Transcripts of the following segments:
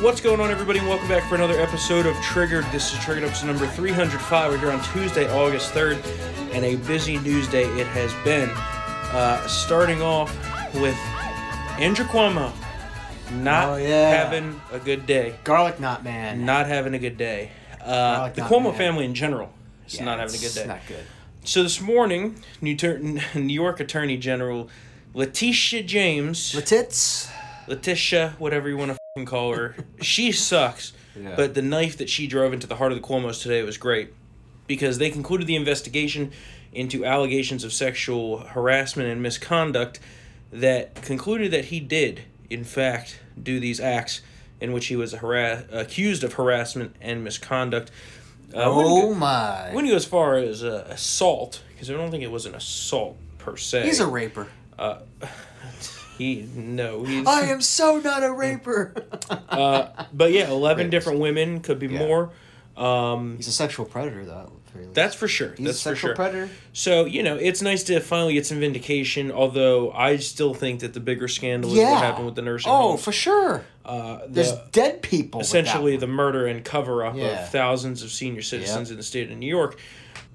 What's going on, everybody? And welcome back for another episode of Triggered. This is Triggered Ups number 305. We're here on Tuesday, August 3rd, and a busy news day it has been. Uh, starting off with Andrew Cuomo not Oh, yeah. having a good day. Garlic Knot Man. Not having a good day. Uh, like the that, Cuomo Oh, man. family in general is Yeah, not having a good it's day. Not good. So this morning, New, Tur- New York Attorney General Letitia James, The tits. Letitia, whatever you want to f***ing call her, she sucks. Yeah. But the knife that she drove into the heart of the Cuomo's today was great because they concluded the investigation into allegations of sexual harassment and misconduct that concluded that he did, in fact, do these acts in which he was harass- accused of harassment and misconduct. Uh, I wouldn't go- oh my. I wouldn't go as far as uh, assault because I don't think it was an assault per se. He's a raper. he no he's I am so not a raper. uh, but yeah, eleven Rapist. different women could be more. Um, He's a sexual predator, though. at the very least. that's for sure. He's that's a for sexual sure. predator. So you know, it's nice to finally get some vindication. Although I still think that the bigger scandal is Yeah. what happened with the nursing Oh, home. for sure. uh, There's the, dead people. with that essentially one. the murder and cover up Yeah. of thousands of senior citizens Yep. in the state of New York.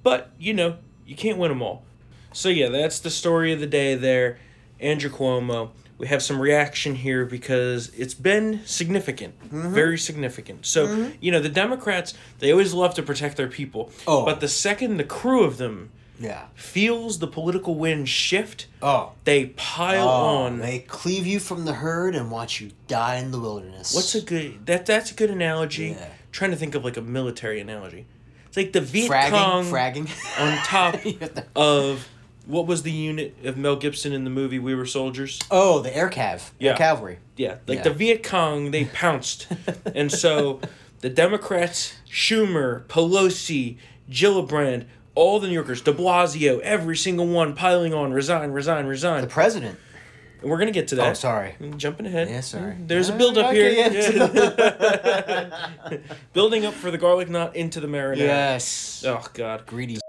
But you know, you can't win them all. So yeah, that's the story of the day there. Andrew Cuomo. We have some reaction here because it's been significant, Mm-hmm. very significant. So, you know, the Democrats, they always love to protect their people. Oh. But the second the crew of them Yeah. feels the political wind shift, Oh. they pile Oh, on. They cleave you from the herd and watch you die in the wilderness. What's a good that that's a good analogy. Yeah. trying to think of like a military analogy. It's like the Viet Cong fragging? on Fragging. top You have to- of what was the unit of Mel Gibson in the movie We Were Soldiers? oh, the air cav. Yeah. Air cavalry. Yeah, like Yeah. the Viet Cong they pounced. and so the Democrats, Schumer, Pelosi, Gillibrand, all the New Yorkers, de Blasio, every single one piling on, resign, resign, resign. The president. And we're going to get to that. Oh, sorry. Mm, Jumping ahead. Mm, Yeah, sorry. There's a Uh, build up okay, here. yeah. Building up for the garlic knot into the marinara. Yes. Oh God. Greedy.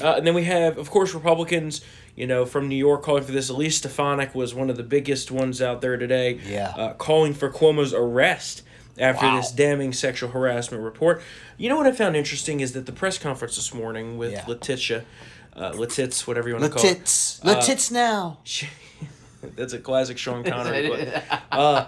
Uh, and then we have, of course, Republicans. You know, from New York calling for this. Elise Stefanik was one of the biggest ones out there today. Yeah. Uh, calling for Cuomo's arrest after Wow. this damning sexual harassment report. You know what I found interesting is that the press conference this morning with Yeah. Letitia, uh, Letitz, whatever you want to The call it. uh, tits. The tits now. She- That's a classic Sean Connery. quote. Uh,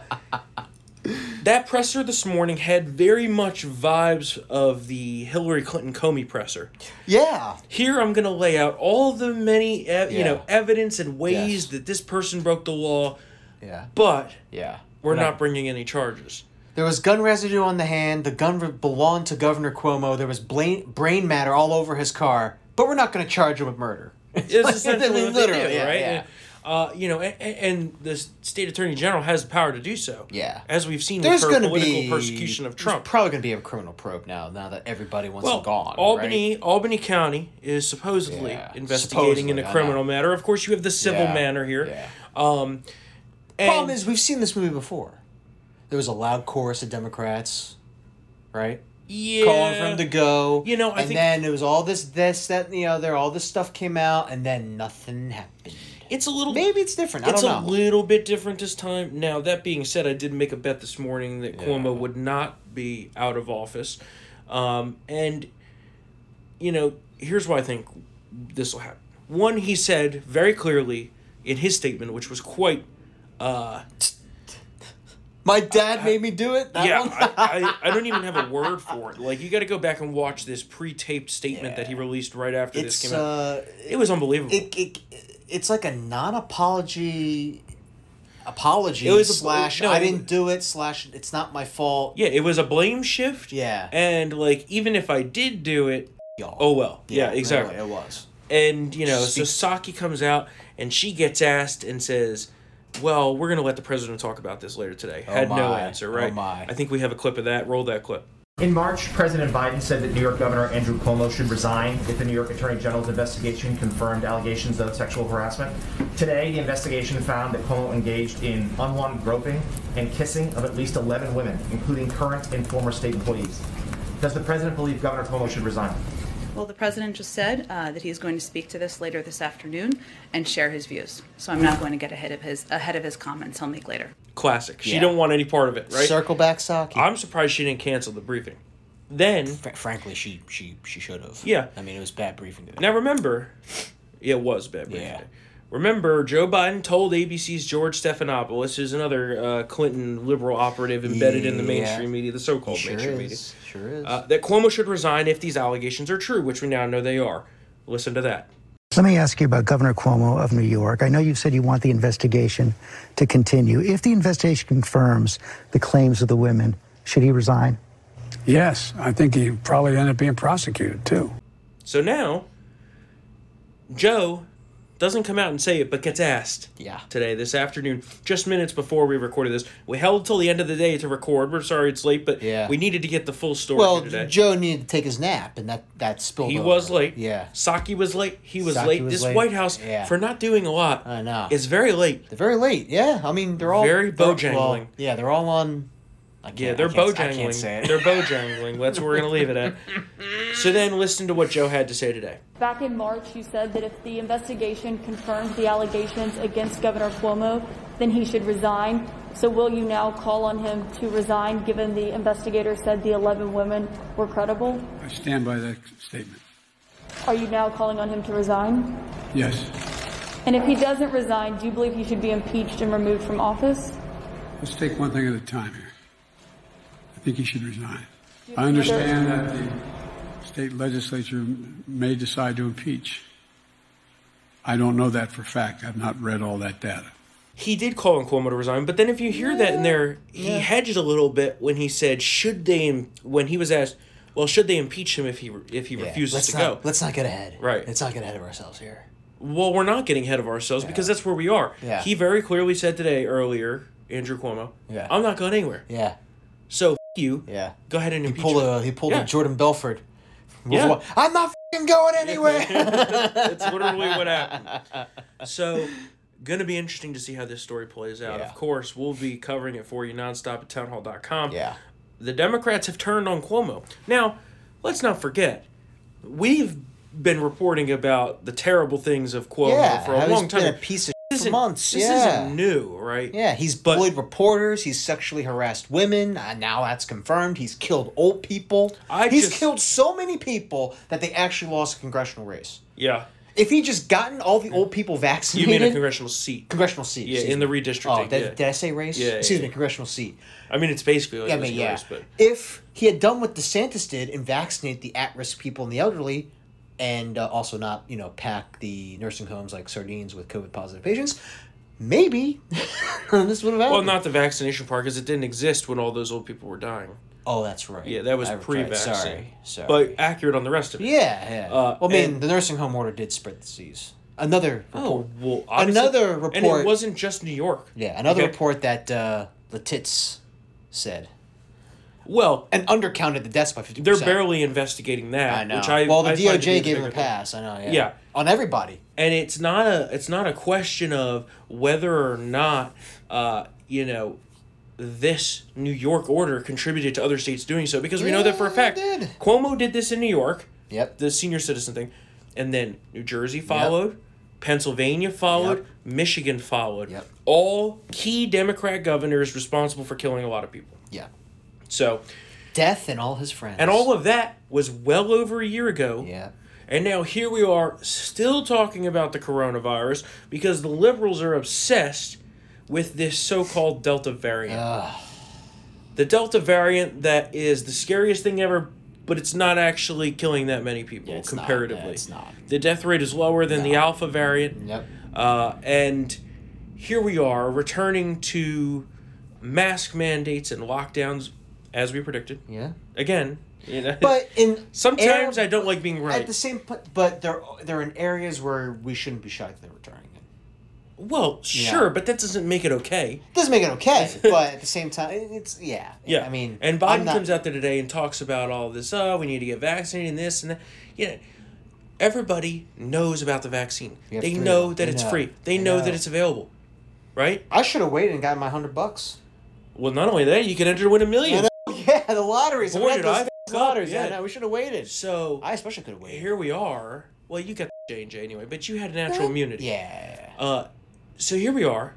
that presser this morning had very much vibes of the Hillary Clinton Comey presser. Yeah. Here I'm going to lay out all the many ev- you know Yeah. evidence and ways Yes. that this person broke the law, Yeah. but Yeah. we're not bringing any charges. There was gun residue on the hand. The gun re- belonged to Governor Cuomo. There was brain, brain matter all over his car. But we're not going to charge him with murder. It's Like, essentially what they do, literally, yeah, right? yeah. Uh, you know, and, and the state attorney general has the power to do so. Yeah. as we've seen There's with her going to political be persecution of there's Trump. probably going to be a criminal probe now. Now that everybody wants Well, him gone. Albany, Albany County is supposedly Yeah. investigating in Supposedly, a I criminal know. matter. Of course, you have the civil Yeah, matter here. yeah. Um, Right? and Problem is, we've seen this movie before. There was a loud chorus of Democrats, right? yeah, calling for him to go. You know, I and think- then it was all this, this, that, and the other. All this stuff came out, and then nothing happened. it's a little. Maybe it's different. I it's a don't know. little bit different this time. Now that being said, I did make a bet this morning that Cuomo would not be out of office, um, and you know here's why I think this will happen. One, he said very clearly in his statement, which was quite My dad made me do it. That yeah, one? I, I, I don't even have a word for it. Like you got to go back and watch this pre-taped statement that he released right after it's this came out. uh, It was unbelievable. It, it, it, it's like a non-apology, apology It was a- slash no, I it- didn't do it slash it's not my fault. yeah, it was a blame shift. Yeah, And like even if I did do it, y'all. oh well. Yeah, exactly. It was. And you know, so Speak- Saki comes out and she gets asked and says, "Well, we're gonna let the president talk about this later today." Had no my. answer, Oh, right? my. I think we have a clip of that. Roll that clip. In March, President Biden said that New York Governor Andrew Cuomo should resign if the New York Attorney General's investigation confirmed allegations of sexual harassment. Today, the investigation found that Cuomo engaged in unwanted groping and kissing of at least 11 women, including current and former state employees. Does the president believe Governor Cuomo should resign? Well, the president just said uh, that he's going to speak to this later this afternoon and share his views. So I'm not going to get ahead of his ahead of his comments. He'll make later. classic. She Yeah. don't want any part of it, right? Circle back Saki. I'm surprised she didn't cancel the briefing. Then Fr- frankly, she she she should have. Yeah. I mean, it was bad briefing today. now remember, yeah, it was bad briefing. Yeah. Remember, Joe Biden told ABC's George Stephanopoulos, who's another uh, Clinton liberal operative embedded in the Yeah. mainstream media, the so-called sure mainstream media, is. Sure is. uh, that Cuomo should resign if these allegations are true, which we now know they are. Listen to that. Let me ask you about Governor Cuomo of New York. I know you said you want the investigation to continue. If the investigation confirms the claims of the women, should he resign? Yes, I think he probably ended up being prosecuted too. So now, Joe doesn't come out and say it, but gets asked. Yeah. Today, this afternoon, just minutes before we recorded this, we held till the end of the day to record. We're sorry it's late, but Yeah. we needed to get the full story well, here today. Joe needed to take his nap, and that that spilled. he over. was late. Yeah. Saki was late. He was Psaki late. was this late. White House Yeah. for not doing a lot. I know. It's very late. They're very late. Yeah. I mean, they're all Very they're- well, bojangling. yeah, they're all on. I can't, Yeah, they're I can't, I can't bojangling. say it. They're bojangling. That's where we're gonna leave it at. So then, listen to what Joe had to say today. Back in March, you said that if the investigation confirmed the allegations against Governor Cuomo, then he should resign. So will you now call on him to resign given the investigator said the 11 women were credible? I stand by that statement. Are you now calling on him to resign? Yes, And if he doesn't resign, do you believe he should be impeached and removed from office? let's take one thing at a time here. I think he should resign. I understand that the state legislature may decide to impeach. I don't know that for a fact. I've not read all that data. he did call on Cuomo to resign, but then if you hear that in there, he hedged a little bit when he said, "Should they?" im- When he was asked, "Well, should they impeach him if he re- if he Yeah, refuses let's to not, go?" Let's not get ahead. Right. Let's not get ahead of ourselves here. Well, we're not getting ahead of ourselves because that's where we are. Yeah. He very clearly said today earlier, Andrew Cuomo, Yeah. "I'm not going anywhere." Yeah. So f- you, Yeah. go ahead and He impeach pulled me. a he pulled Yeah. a Jordan Belford. Yeah. I'm not fing going anywhere. That's literally what happened. So, gonna be interesting to see how this story plays out. Yeah. Of course, we'll be covering it for you nonstop at townhall.com. yeah. the Democrats have turned on Cuomo. Now, let's not forget, we've been reporting about the terrible things of Cuomo Yeah. for a he's long time. Been a piece of This shit for isn't- months. This yeah. isn't new, right? Yeah, he's But- bullied reporters. He's sexually harassed women. Uh, now that's confirmed. He's killed old people. I he's just- killed so many people that they actually lost a congressional race. Yeah. If he just gotten all the old people You vaccinated, mean a congressional seat? congressional seat. Yeah, excuse in the me. redistricting, Oh, did, yeah. did I say race? Yeah, yeah, excuse me, yeah. congressional seat. I mean, it's basically like Yeah, I this mean, yeah. race, but If he had done what DeSantis did and vaccinate the at-risk people and the elderly, and uh, also not you know pack the nursing homes like sardines with COVID-positive patients, maybe this would have happened. well, not the vaccination part because it didn't exist when all those old people were dying. Oh, that's right. Yeah, that was I retracted. pre-vaccine. Sorry, sorry. But accurate on the rest of it. yeah, yeah. Uh, well, I mean, and- the nursing home order did spread the disease. Another report. Oh, well, obviously- Another And it report- wasn't just New York. Yeah, another Okay? report that uh, Letitz said Well, and undercounted the deaths by fifty. they're barely investigating that. I know. Which I well, the I find to be DOJ gave him a bigger thing. pass. I know. Yeah. Yeah. On everybody. and it's not a it's not a question of whether or not uh, you know this New York order contributed to other states doing so because we know that for a Yeah, it fact. did. Cuomo did this in New York, Yep. the senior citizen thing, and then New Jersey followed, Pennsylvania followed, Yep. Michigan followed. Yep. All key Democrat governors responsible for killing a lot of people. yeah. So, Death and all his friends. and all of that was well over a year ago. Yeah. And now here we are still talking about the coronavirus because the liberals are obsessed with this so called Delta variant. The Delta variant that is the scariest thing ever, but it's not actually killing that many people it's not. Yeah, comparatively. it's not. The death rate is lower than the Alpha variant. Yep. Uh, and here we are returning to mask mandates and lockdowns as we predicted. Yeah. Again, you know, But in sometimes I era- don't like being right. at the same pu- but they're they're in areas where we shouldn't be shocked they're returning it. Well, sure, but that doesn't make it okay. doesn't make it okay, but at the same time, it- it's yeah. Yeah, I mean, and I'm Biden not- comes out there today and talks about all this. Oh, we need to get vaccinated and this and that. You know, everybody knows about the vaccine. We have They three of know them. that They it's know. free. They They know, know. that it's available, right? I should have waited and gotten my hundred bucks. Well, not only that, you can enter to win a million. Yeah, the lotteries. Boy, Boy, did those I f- fuck up, lotteries. yeah. Yeah, no, we should have waited. So I especially could have waited. here we are. Well, you got J and J anyway, but you had natural immunity. yeah, Uh, so here Uh, we are.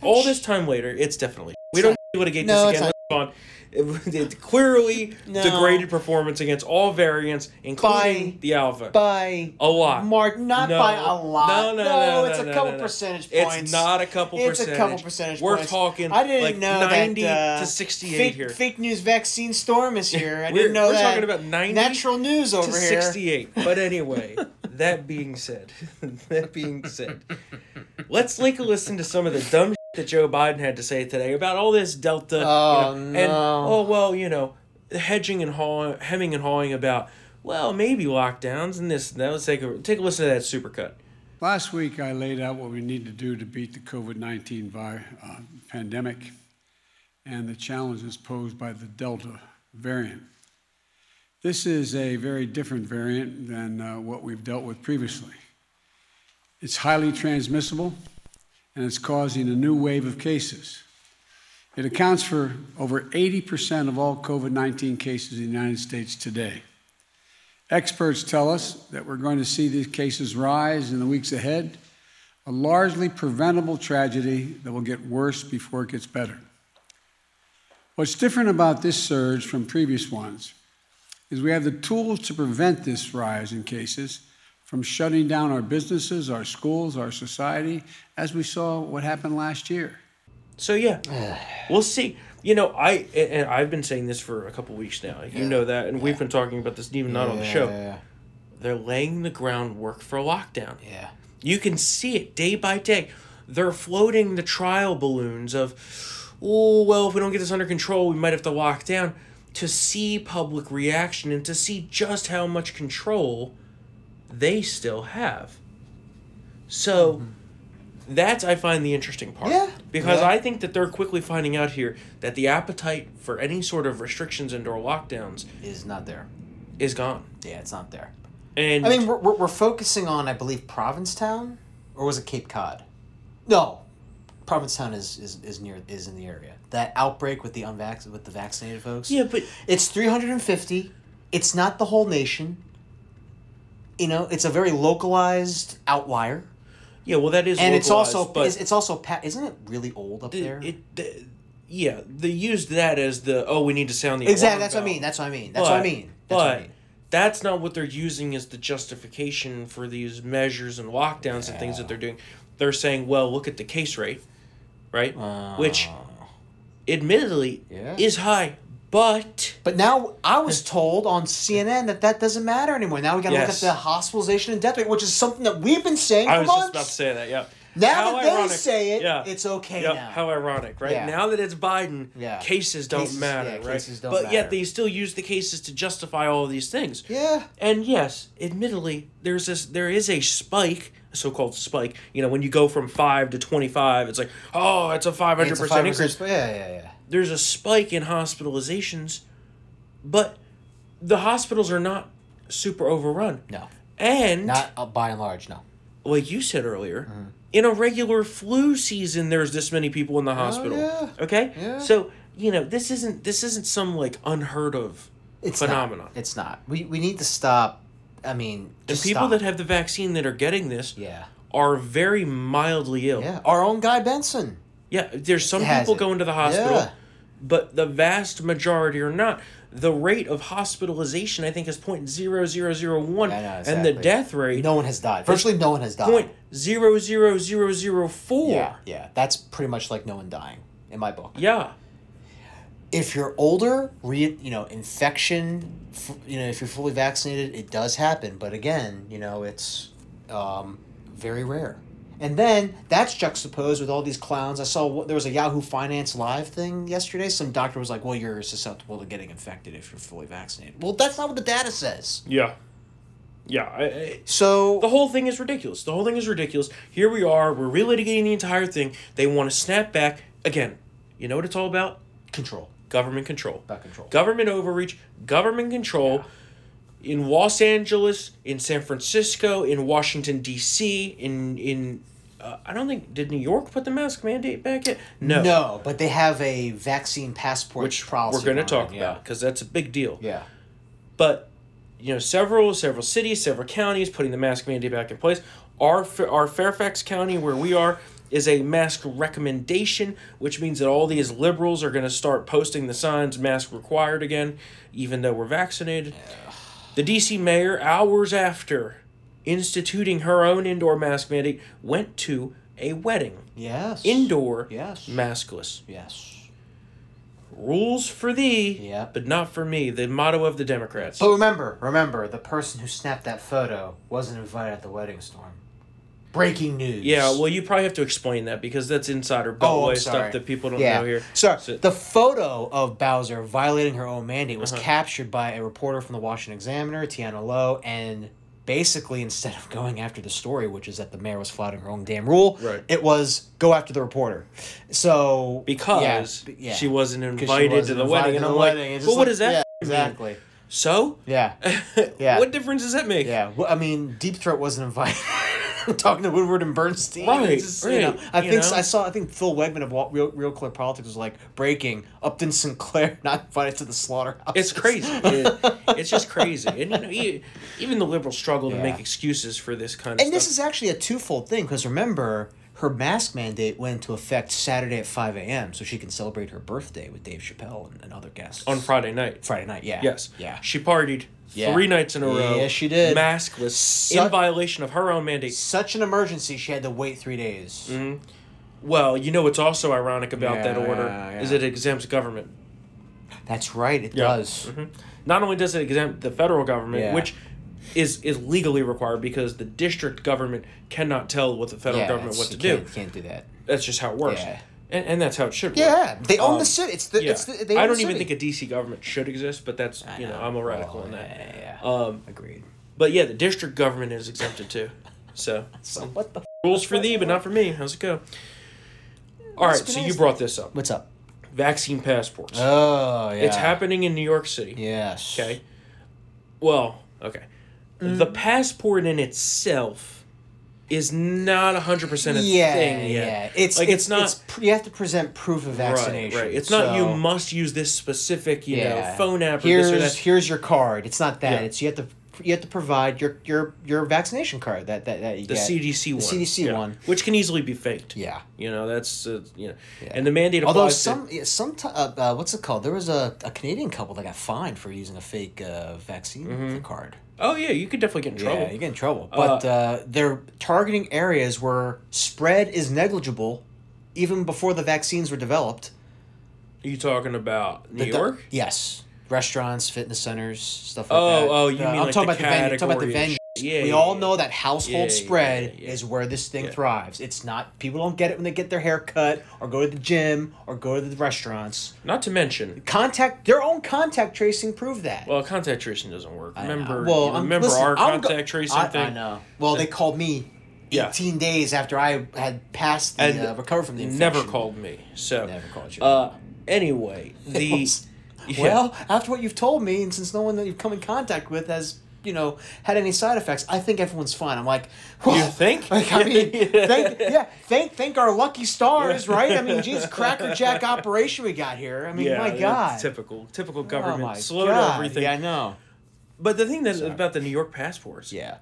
All this time later, it's definitely. We don't litigate this No, it's again. Let's move on. It, it clearly No. degraded performance against all variants, including By- the alpha. by A lot. Mark, not No. by a lot. No, no, no, it's no, a no, couple no, no. percentage It's points. not a couple It's a couple percentage. percentage We're points. talking, I didn't like, know 90 that, uh, to 68 fake, here. Fake news vaccine storm is here. I We're- didn't know we're that. talking about 90 natural news to over here. 68. But anyway, that being said, that being said, let's take a listen to some of the dumb shit that Joe Biden had to say today about all this Delta. Oh, you know, no. And, oh, well, you know, hedging and hawing, hemming and hawing about, well, maybe lockdowns and this and that. Let's take a, take a listen to that supercut. Last week, I laid out what we need to do to beat the COVID 19 vi- uh, pandemic and the challenges posed by the Delta variant. This is a very different variant than uh, what we've dealt with previously. It's highly transmissible and it's causing a new wave of cases. It accounts for over 80% of all COVID 19 cases in the United States today. Experts tell us that we're going to see these cases rise in the weeks ahead, a largely preventable tragedy that will get worse before it gets better. What's different about this surge from previous ones is we have the tools to prevent this rise in cases from shutting down our businesses, our schools, our society, as we saw what happened last year. So yeah, we'll see. You know, I and and I've been saying this for a couple weeks now. You know that, and we've been talking about this even not on the show. Yeah, They're laying the groundwork for lockdown. yeah. You can see it day by day. They're floating the trial balloons of, oh well, if we don't get this under control, we might have to lock down. To see public reaction and to see just how much control they still have. So that's I find the interesting part. Mm-hmm. Yeah. Because Yeah. I think that they're quickly finding out here that the appetite for any sort of restrictions and or lockdowns Is not there. is gone. Yeah, it's not there. And I mean, we're, we're, we're focusing on, I believe, Provincetown, or was it Cape Cod? No, Provincetown is, is, is near is in the area. That outbreak with the unvax with the vaccinated folks. yeah, but It's 350. It's not the whole nation. You know, it's a very localized outlier. yeah, well that is And it's localized, also but it's, it's also pa- isn't it really old up it, there? it- the- yeah, they used that as the oh we need to sound the alarm exactly, that's what I bell. mean. That's what I mean. That's what I mean. That's but what I mean. that's not what they're using as the justification for these measures and lockdowns and things that they're doing. They're saying, well, look at the case rate, right? Which, admittedly, Oh. Yeah. is high, but But now I was told on CNN that that doesn't matter anymore. Now we got to Yes. look at the hospitalization and death rate, which is something that we've been saying I for was months. just about to say that. Yeah. Now that they say it, it's okay Yep, now. How ironic, right? Yeah. Now that it's Biden, Yeah. cases don't Cases- matter, yeah, right? cases don't but yet matter. they still use the cases to justify all of these things. Yeah. And yes, admittedly, there's this there is a spike, a so-called spike. You know, when you go from 5 to 25, it's like, "Oh, it's a 500% It's a 5% increase." Yeah, yeah, yeah. there's a spike in hospitalizations, but the hospitals are not super overrun. No, And not uh, by and large. No. like you said earlier, Mm-hmm. in a regular flu season, there's this many people in the hospital. Oh, yeah. Okay, Yeah. so you know this isn't this isn't some like unheard of It's phenomenon. Not. It's not. We we need to stop. I mean, the just people stop. that have the vaccine that are getting this yeah are very mildly ill. yeah our own guy Benson. Yeah, there's some has people it. going to the hospital, Yeah. but the vast majority are not. The rate of hospitalization, I think, is point zero zero zero one, I know, and the exactly. death rate No one has died. Virtually no one has died. point zero zero zero zero four. Yeah, yeah. That's pretty much like no one dying in my book. yeah. if you're older, re, you know, infection, f- you know, if you're fully vaccinated, it does happen. But again, you know, it's um, very rare. And then that's juxtaposed with all these clowns. I saw what, there was a Yahoo Finance Live thing yesterday. Some doctor was like, well, you're susceptible to getting infected if you're fully vaccinated. Well, that's not what the data says. Yeah. Yeah. I, I, So, the whole thing is ridiculous. The whole thing is ridiculous. Here we are. We're relitigating the entire thing. They want to snap back. Again, you know what it's all about? control. Government control. About control. Government overreach, government control. In Los Angeles, in San Francisco, in Washington, D.C., in. in uh, I don't think. Did New York put the mask mandate back yet? No. No, but they have a vaccine passport Which policy. we're going to going talk on, about because that's a big deal. Yeah. but you know several several cities several counties putting the mask mandate back in place our Fa- our fairfax county where we are is a mask recommendation, which means that all these liberals are going to start posting the signs mask required again, even though we're vaccinated. The DC mayor, hours after instituting her own indoor mask mandate, went to a wedding. Yes. Indoor, Yes. maskless. Yes. Rules for thee, Yeah. but not for me. The motto of the Democrats. But remember, remember, the person who snapped that photo wasn't invited at the wedding storm. Breaking news. Yeah, well, you probably have to explain that because that's insider Oh, beltway I'm sorry. stuff that people don't yeah. know here. So, So- the photo of Bowser violating her own mandate Uh-huh. was captured by a reporter from the Washington Examiner, Tiana Lowe, and basically instead of going after the story, which is that the mayor was flouting her own damn rule, Right. it was go after the reporter. So yeah, because b- yeah. she wasn't 'Cause invited to wasn't the invited wedding. And to I'm the like, wedding. It's but just what does that yeah, mean?" exactly? So, Yeah, Yeah. what difference does that make? yeah. Well, I mean, Deep Throat wasn't invited. Talking to Woodward and Bernstein, Right, It's just, you know, right, I you think know? I saw. I think Phil Wegman of Wa- Real, Real Clear Politics was like breaking Upton Sinclair not invited to the slaughterhouse. It's crazy. It- it's just crazy. And you know, e- even the liberals struggle to Yeah. make excuses for this kind of stuff. And this is actually a twofold thing because remember, her mask mandate went into effect Saturday at 5 a.m. so she can celebrate her birthday with Dave Chappelle and, and other guests. on Friday night. Friday night, yeah. Yes. Yeah. She partied Yeah. three nights in a row. Yes, she did. Maskless, in Suck- violation of her own mandate. Such an emergency, she had to wait three days. Mm-hmm. Well, you know what's also ironic about that Yeah, order yeah, is yeah. it exempts government. That's right, it does. Mm-hmm. Not only does it exempt the federal government, Yeah. which is is legally required because the district government cannot tell what the federal Yeah, government it's- what to you do. Can't, can't do that. That's just how it works. Yeah. And, and that's how it should work. Yeah, they own Um, the city. It's the. Yeah. It's the they I own don't the even city. think a DC government should exist, but that's you know, I'm a radical Oh, in that. Yeah, yeah, yeah. Um, Agreed. but yeah, the district government is exempted too. So So what the? rules for thee, but not for me. How's it go? All right, so you brought this up. What's up? Vaccine passports. Oh yeah. It's happening in New York City. Yes. Okay. Well, okay. The Mm. passport in itself is not 100% a yeah, thing yeah. yet. It's Like, it's, it's not- pr- you have to present proof of vaccination. Right, right. It's not you so- must use this specific, you yeah. know, phone app or Here's this or that. here's your card. It's not that. Yeah. It's you have to you have to provide your your your vaccination card that that, that you the get. CDC one. The CDC yeah. one. Which can easily be faked. Yeah. You know, that's, uh, you know. And the mandate applies Although to- some yeah, some t- uh, uh, what's it called? There was a, a Canadian couple that got fined for using a fake uh, vaccine card. oh, yeah, you could definitely get in trouble. Yeah, you get in trouble. But uh, they're targeting areas where spread is negligible, even before the vaccines were developed. Are you talking about New The- York? Yes. Restaurants, fitness centers, stuff like Oh, that. oh, you Uh, mean I'm like talking the about the venue. I'm Talking about the category venue. of shit. Yeah, we yeah, all yeah, know that Yeah, household yeah, spread yeah, yeah. is where this thing Yeah. thrives. It's not people don't get it when they get their hair cut or go to the gym or go to the restaurants. Not to mention, Contact their own contact tracing proved that. well, contact tracing doesn't work. I know. Remember, well, you I'm- remember listen, our I'm contact go- tracing I, thing? I know. Well, they called me Yeah. 18 days after I had passed the And uh, recovered from the infection. never called me. So Never called you. Uh, anyway, the yeah. Well, after what you've told me, and since no one that you've come in contact with has, you know, had any side effects, I think everyone's fine. I'm like, well, You think? Like, I mean, thank, yeah, thank thank our lucky stars, right? I mean, geez, crackerjack operation we got here. I mean, yeah, oh my that's God, typical typical oh government my slowed God. everything. Yeah, I know. But the thing that about the New York passports, Yeah.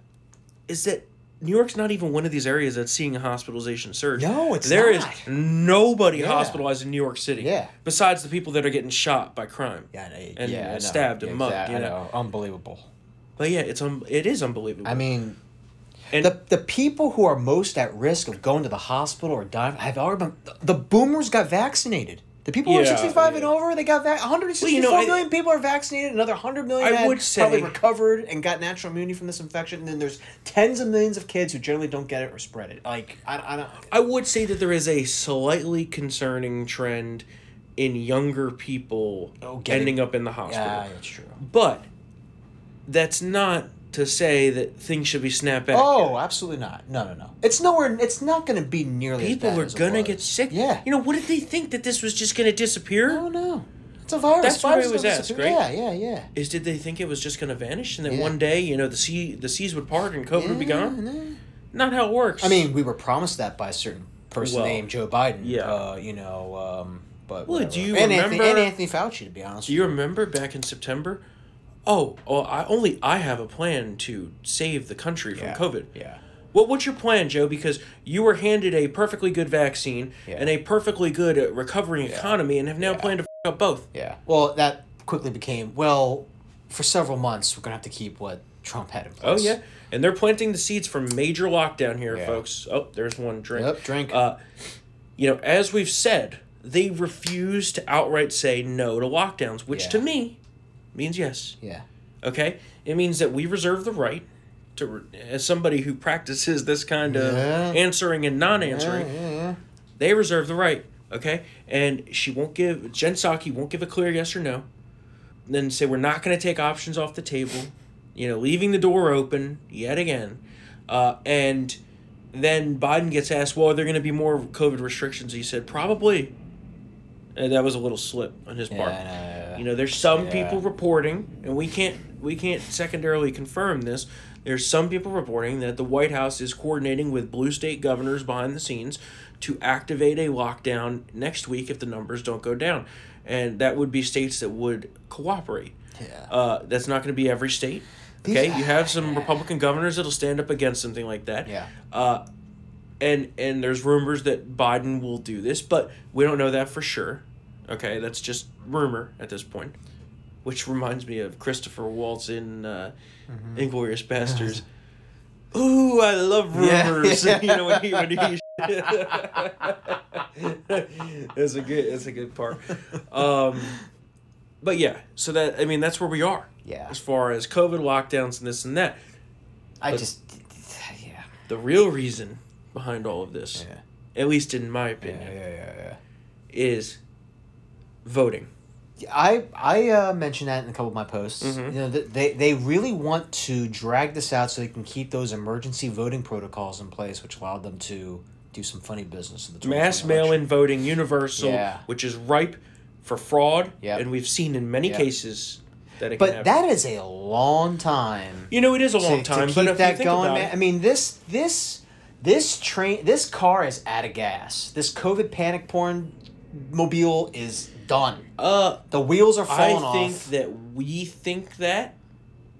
is that New York's not even one of these areas that's seeing a hospitalization surge. No, it's There is not. nobody Yeah. hospitalized in New York City. Yeah. Besides the people that are getting shot by crime. Yeah, I know. and yeah, I know. stabbed and Yeah, mugged. exact- you know? I know. Unbelievable. But yeah, it's um, it is unbelievable. I mean, and the the people who are most at risk of going to the hospital or dying have already been. The boomers got vaccinated. The people who are Yeah, 65 and yeah. over, they got that. 164 Well, you know, I- million people are vaccinated. Another 100 million I had would say- probably recovered and got natural immunity from this infection. And then there's tens of millions of kids who generally don't get it or spread it. Like, I, I don't. I would say that there is a slightly concerning trend in younger people Oh, getting- ending up in the hospital. Yeah, that's true. But that's not to say that things should be snapped back. Oh, absolutely not. No, no, no. It's nowhere. It's not going to be nearly as people bad are as it gonna was. get sick. Yeah. You know, what did they think that this was just gonna disappear? I don't know. It's a virus. That's what I Viruses always don't ask, disappear. right? Yeah, yeah, yeah. Is did they think it was just gonna vanish and that Yeah. one day, you know, the sea the seas would part and COVID would be gone? Not how it works. I mean, we were promised that by a certain person Well, named Joe Biden. yeah. Uh, you know, um, but Well, whatever. do you and Anthony, and remember- Anthony Fauci, to be honest. Do you remember back in September? Oh, oh I only I have a plan to save the country from Yeah, COVID. Yeah. What what's your plan, Joe? Because you were handed a perfectly good vaccine Yeah. and a perfectly good uh, recovering economy, and have now planned to f- up both. Yeah. Well, that quickly became well. For several months, we're gonna have to keep what Trump had in Oh place. yeah, and they're planting the seeds for major lockdown here, Yeah. folks. Oh, there's one drink. Yep, drink. Uh, you know, as we've said, they refuse to outright say no to lockdowns, which to Yeah. me means yes. Yeah. Okay, it means that we reserve the right to, re- as somebody who practices this kind of Yeah. answering and non-answering, they reserve the right. Okay, and she won't give Jen Psaki won't give a clear yes or no. Then say we're not going to take options off the table, you know, leaving the door open yet again, uh, and then Biden gets asked, "Well, are there going to be more COVID restrictions?" He said, "Probably." And that was a little slip on his part. Yeah. You know, there's some Yeah. people reporting, and we can't we can't secondarily confirm this. There's some people reporting that the White House is coordinating with blue state governors behind the scenes to activate a lockdown next week if the numbers don't go down, and that would be states that would cooperate. Yeah. Uh, that's not going to be every state. These- okay, you have some Republican governors that'll stand up against something like that. Yeah. Uh, and and there's rumors that Biden will do this, but we don't know that for sure. Okay, that's just rumor at this point. Which reminds me of Christopher Waltz in uh, Mm-hmm. Inglorious Bastards. Ooh, I love Yeah. rumors. you know when he when he. that's a good. That's a good part. Um, but yeah, so that I mean that's where we are. Yeah. As far as COVID lockdowns and this and that, I just. Yeah. the real reason behind all of this, at least in my opinion, yeah, yeah. is voting. I I uh, mentioned that in a couple of my posts. Mm-hmm. You know, th- they they really want to drag this out so they can keep those emergency voting protocols in place, which allowed them to do some funny business in the 2020 Mass mail election. in voting universal, Yeah. which is ripe for fraud, Yep. and we've seen in many Yep. cases that it can But happen. that is a long time. you know, it is a to- long to time, but if you think about man. it, I mean, this this this train, this car is out of gas. This COVID panic porn mobile is done. uh, The wheels are falling I think off. that we think that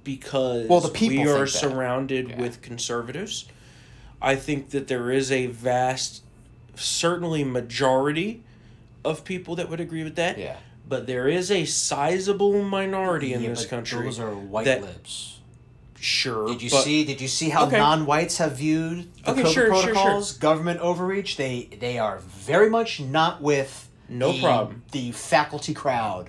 because Well, the people we think are that. surrounded with conservatives. I think that there is a vast, certainly majority of people that would agree with that. Yeah. But there is a sizable minority in Yeah, this but country. those are white that, lips. Sure. Did you but- see? Did you see how Okay. non-whites have viewed the Okay, sure, COVID sure, sure. protocols, government overreach? They they are very much not with No the, problem. the faculty crowd.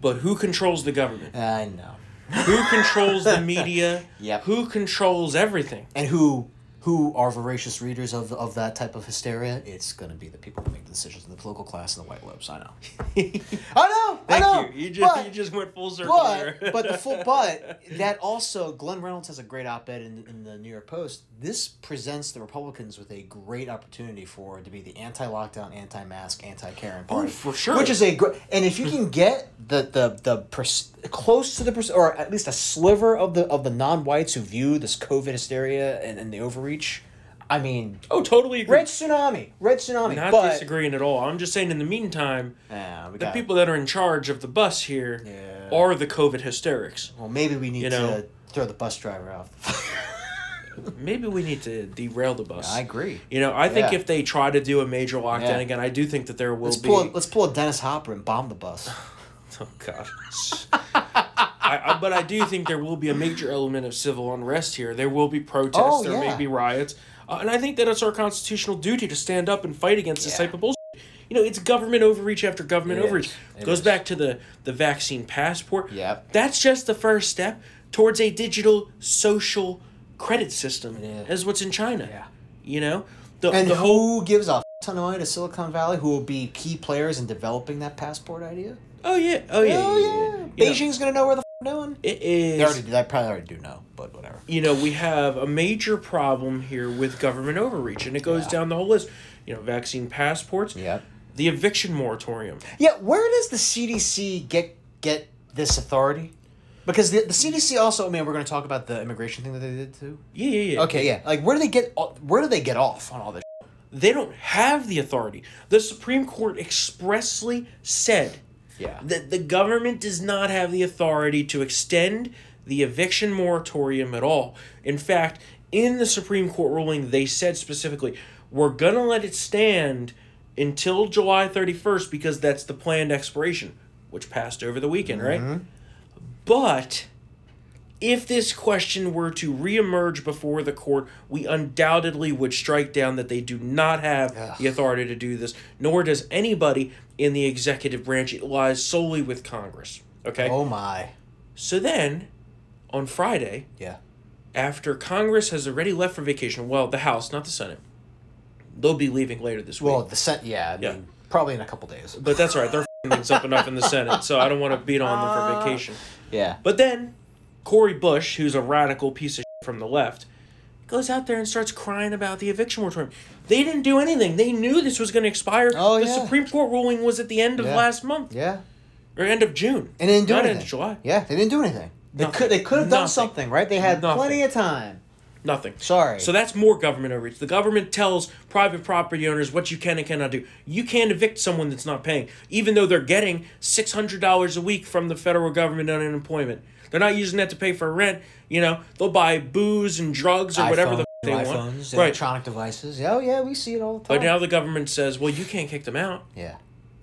But who controls the government? I know, who controls the media? Yep. Who controls everything? and who who are voracious readers of of that type of hysteria? It's gonna be the people who make the decisions in the political class and the white lips. I know. I know. I Thank know. you. You just but- you just went full circle there. But but the full but that also Glenn Reynolds has a great op-ed in, in the New York Post. This presents the Republicans with a great opportunity for it to be the anti-lockdown, anti-mask, anti-Karen party Oh, for sure. Which is a great and if you can get the the the pers- close to the pers- or at least a sliver of the of the non-whites who view this COVID hysteria and, and the overreach. I mean, oh, totally agree. red tsunami, red tsunami. Not but, disagreeing at all. I'm just saying in the meantime, Yeah, we the got- people that are in charge of the bus here are the COVID hysterics. Well, maybe we need you know- to throw the bus driver off. Maybe we need to derail the bus. I agree. You know, I think Yeah. if they try to do a major lockdown Yeah. again, I do think that there will Let's be. pull, a, let's pull a Dennis Hopper and bomb the bus. Oh God. I, I, but I do think there will be a major element of civil unrest here. There will be protests. Oh, there may yeah. be riots, uh, and I think that it's our constitutional duty to stand up and fight against this type of bullshit. You know, it's government overreach after government It overreach. is. It Goes is. back to the the vaccine passport. Yep. That's just the first step towards a digital social credit system, is. as what's in China. Yeah. You know, the And the whole who gives a f- ton of money to Silicon Valley, who will be key players in developing that passport idea? oh yeah oh yeah, Oh, yeah. yeah. You know, Beijing's going to know where the f- knowing. it is. They already, they probably already do know, but whatever. you know, we have a major problem here with government overreach, and it goes down the whole list. You know, vaccine passports, Yep. the eviction moratorium. Yeah, where does the CDC get get this authority? Because the, the CDC also, I mean, we're going to talk about the immigration thing that they did too. Yeah, yeah, yeah. Okay, yeah. Like, where do they get all- where do they get off on all this? They don't have the authority. The Supreme Court expressly said Yeah. that the government does not have the authority to extend the eviction moratorium at all. In fact, in the Supreme Court ruling, they said specifically, we're going to let it stand until July 31st because that's the planned expiration, which passed over the weekend, right? But if this question were to reemerge before the court, we undoubtedly would strike down that they do not have the authority to do this, nor does anybody in the executive branch. It lies solely with Congress. Okay? Oh my. So then, on Friday, Yeah. after Congress has already left for vacation, well, the House, not the Senate, they'll be leaving later this week. Well, the set. Yeah. I mean, Yeah. probably in a couple days. but that's all right. They're f***ing things up enough in the Senate, so I don't want to beat on them for vacation. Yeah. But then, Cory Bush, who's a radical piece of shit from the left, goes out there and starts crying about the eviction moratorium. They didn't do anything. They knew this was going to expire. Oh, the yeah. Supreme Court ruling was at the end of Yeah. last month yeah. or end of June, And they didn't do not anything. end of July. Yeah, they didn't do anything. They Nothing. could. They could have done Nothing. something, right? They had Nothing. plenty of time. Nothing. Sorry. So that's more government overreach. The government tells private property owners what you can and cannot do. You can't evict someone that's not paying, even though they're getting six hundred dollars a week from the federal government on unemployment. They're not using that to pay for rent. You know, theyey'll buy booze and drugs or whatever the f- they want. iPhones, right. electronic devices. Yeah, Oh yeah, we see it all the time. But now the government says, well, you can't kick them out. yeah,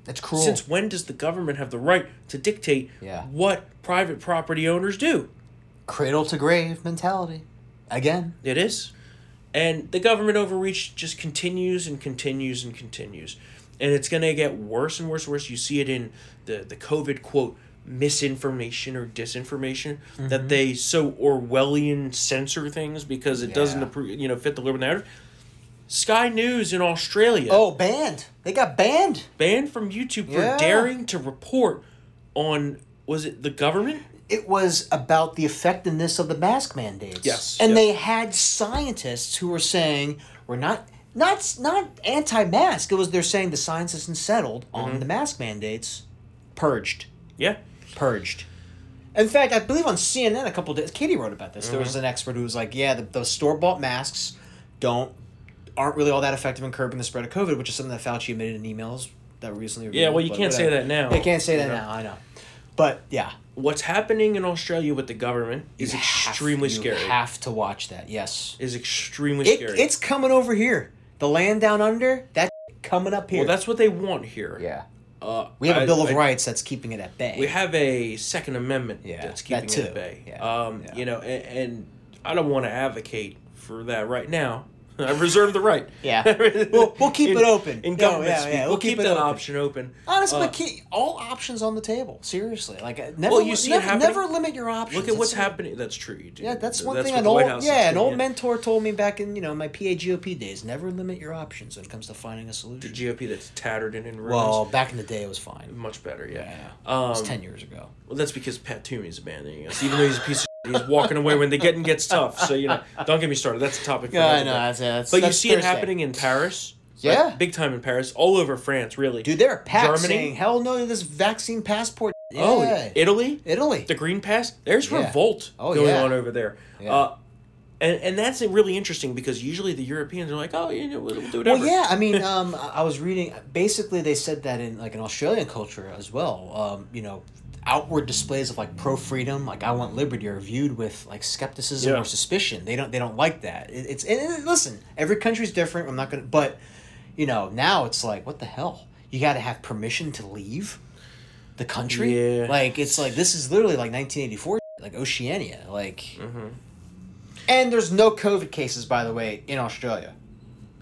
that's cruel. Since when does the government have the right to dictate Yeah. what private property owners do? Cradle to grave mentality. Again. It is. And the government overreach just continues and continues and continues. And it's going to get worse and worse and worse. You see it in the, the COVID quote misinformation or disinformation Mm-hmm. that they so Orwellian censor things because it doesn't Yeah. appro- you know fit the liberal narrative. Sky News in Australia Oh, banned. They got banned. banned from YouTube for Yeah. daring to report on was it the government? It was about the effectiveness of the mask mandates. Yes, And yeah. they had scientists who were saying we're not not not anti-mask. It was they're saying the science isn't settled Mm-hmm. on the mask mandates. Purged. Yeah. purged. In fact, I believe on CNN a couple days, Katie wrote about this. There Mm-hmm. was an expert who was like, "Yeah, the, those store bought masks don't aren't really all that effective in curbing the spread of COVID," which is something that Fauci admitted in emails that were recently. Yeah, revealed, well, you but can't say whatever. that now. You can't say that now. I know, but yeah, What's happening in Australia with the government is extremely you scary. Have to watch that. Yes, is extremely it, scary. it's coming over here. The land down under that coming up here. Well, that's what they want here. yeah. Uh, We have a a Bill of Rights that's keeping it at bay. We have a Second Amendment Yeah, that's that keeping it too. at bay. Yeah, Um, yeah. You know, and, and I don't want to advocate for that right now. I reserve the right. Yeah. We'll- we'll keep In- it open. In No, government yeah, speak, yeah, we'll, we'll keep, keep it that open. option open. Honest, Uh, but keep all options on the table. Seriously, like uh, never. Well, you li- see it never, happening. never limit your options. Look at what's That's- happening. That's true. You do. Yeah, that's one thing what an the White old House is yeah an doing, old mentor told me back in you know my PA GOP days. Never limit your options when it comes to finding a solution. GOP that's tattered and in ruins. well, back in the day, it was fine. much better. Yeah. Yeah, Um, it was ten years ago. Well, that's because Pat Toomey's abandoning us, even though he's a piece of shit, He's walking away when the getting gets tough. So, you know, don't get me started. That's a topic for Yeah, I another know, day. that's- that's- But that's you see it Thursday. happening in Paris. Yeah. Big time in Paris. All over France, really. Dude, they're packed Germany? saying hell no to this vaccine passport. Oh, Yeah. Italy? Italy. The Green Pass? There's Yeah. revolt Oh, going yeah. on over there. Yeah. Uh, and, and that's really interesting because usually the Europeans are like, oh, you know, we'll, we'll do Well, whatever. yeah. I mean, um, I I was reading. Basically, they said that in like an Australian culture as well. Um, you know, outward displays of like pro freedom, like I want liberty, are viewed with like skepticism Yeah. or suspicion. They don't. They don't like that. It, it's and, and listen, every country's different. I'm not gonna. But you know, now it's like, what the hell? You got to have permission to leave the country. Yeah. Like it's like this is literally like 1984, like Oceania, like. Mm-hmm. And there's no COVID cases, by the way, in Australia.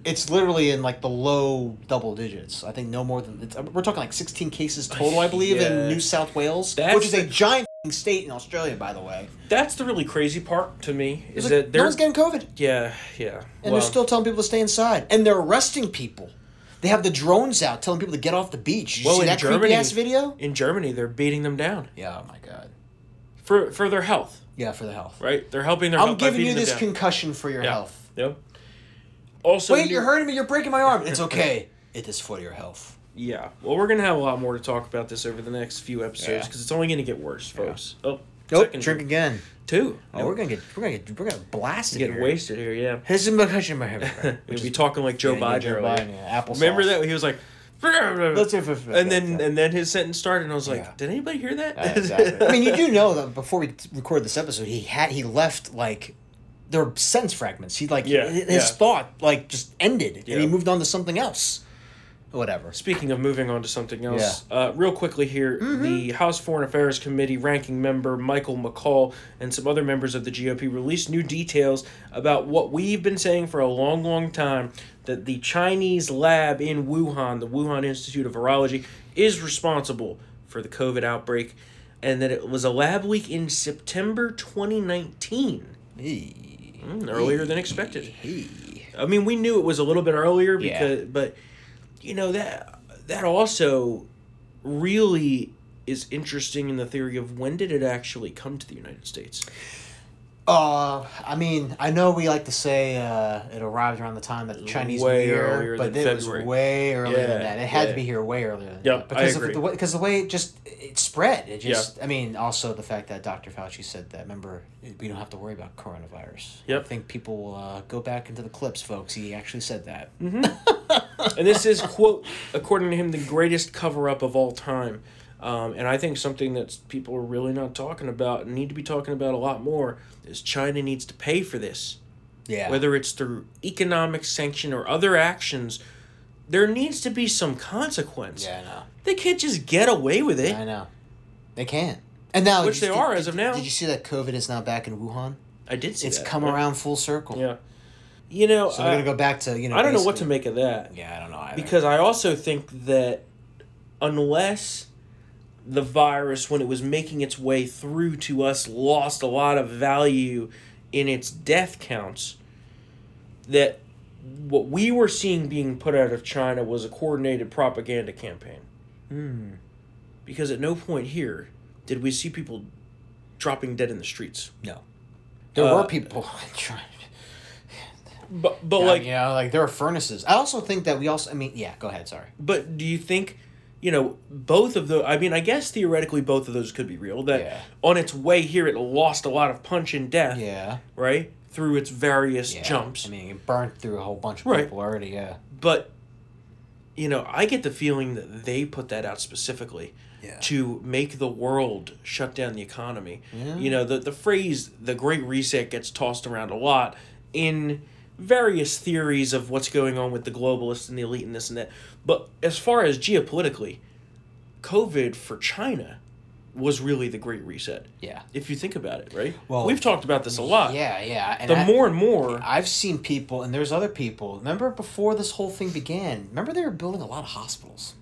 It's literally in like the low double digits. I think no more than it's, we're talking like 16 cases total, I believe, Yeah. in New South Wales, That's which is a the- giant f***ing state in Australia, by the way. That's the really crazy part to me is It's like, that no they're. one's getting COVID, and yeah, yeah. And they're still telling people to stay inside, and they're arresting people. They have the drones out telling people to get off the beach. You Well, see in that creepy Germany- ass video? In Germany, they're beating them down Yeah, oh my god. for, for their health, Yeah, for the health. right? They're helping their I'm health by giving you beating them this down. concussion for your Yeah. health. Yep. Also, Wait, new- you're hurting me. You're breaking my arm. It's okay. it is for your health. Yeah. Well, we're gonna have a lot more to talk about this over the next few episodes Yeah. because it's only gonna get worse, folks. Oh, Nope. second drink again. two. Oh, we're gonna get we're gonna get we're gonna blast it. get here. wasted here. Yeah. This is my question, my friend. We'll be talking like Joe Yeah, Biden. Joe earlier. Biden, yeah, applesauce. Remember that he was like. Let's hear if- and then and then his sentence started, and I was like, Yeah. "Did anybody hear that?" I mean, you do know that before we t- record this episode, he had he left like they're sentence fragments. He like Yeah, his yeah. thought like just ended and Yeah. he moved on to something else. Whatever. Speaking of moving on to something else, uh, real quickly here, the House Foreign Affairs Committee ranking member Michael McCall and some other members of the GOP released new details about what we've been saying for a long, long time that the Chinese lab in Wuhan, the Wuhan Institute of Virology, is responsible for the COVID outbreak and that it was a lab leak in September 2019. Mm, earlier than expected. I mean, we knew it was a little bit earlier Yeah. because, but you know that that also really is interesting in the theory of when did it actually come to the United States? Uh, I mean, I know we like to say uh, it arrived around the time that the Chinese Way New Year, earlier but than it was February. way earlier Yeah, than that. It had to yeah. be here way earlier than Yep, that. I Because agree. of the way, because the way it just it spread, it Yeah. just. I mean, also the fact that Dr. Fauci said that. Remember, we don't have to worry about coronavirus. Yep. I think people will uh, go back into the clips, folks. He actually said that. Mm-hmm. And this is quote according to him the greatest cover up of all time, um, and I think something that people are really not talking about and need to be talking about a lot more is China needs to pay for this. Yeah. whether it's through economic sanction or other actions, there needs to be some consequence. yeah, I know. They can't just get away with it. I know. They can. And now, Which did you they see- are as of did- now. Did you see that COVID is now back in Wuhan? I did see It's that. come Yeah. around full circle. Yeah. You know, So we're I, gonna go back to you know. I don't know what to basically- make of that. Yeah, I don't know either. Because I also think that unless the virus, when it was making its way through to us, lost a lot of value in its death counts, that what we were seeing being put out of China was a coordinated propaganda campaign. Hmm. Because at no point here did we see people dropping dead in the streets. No. There Uh, were people trying. But but Like like you know, like there were furnaces. I also think that we also. I mean, yeah. Go ahead. Sorry. But do you think, you know, both of the? I mean, I guess theoretically both of those could be real. That Yeah. on its way here, it lost a lot of punch and depth. Yeah. Right through its various yeah. jumps. I mean, it burned through a whole bunch of Right. people already. Yeah. but, you know, I get the feeling that they put that out specifically. Yeah. To make the world shut down the economy. You know, the, the phrase the Great Reset gets tossed around a lot in various theories of what's going on with the globalists and the elite and this and that. But as far as geopolitically, COVID for China was really the Great Reset. Yeah. If you think about it, right? Well, we've talked about this a lot. Yeah. Yeah. And Uh, The I- more and more, I've seen people, and there's other people. Remember before this whole thing began? Remember they were building a lot of hospitals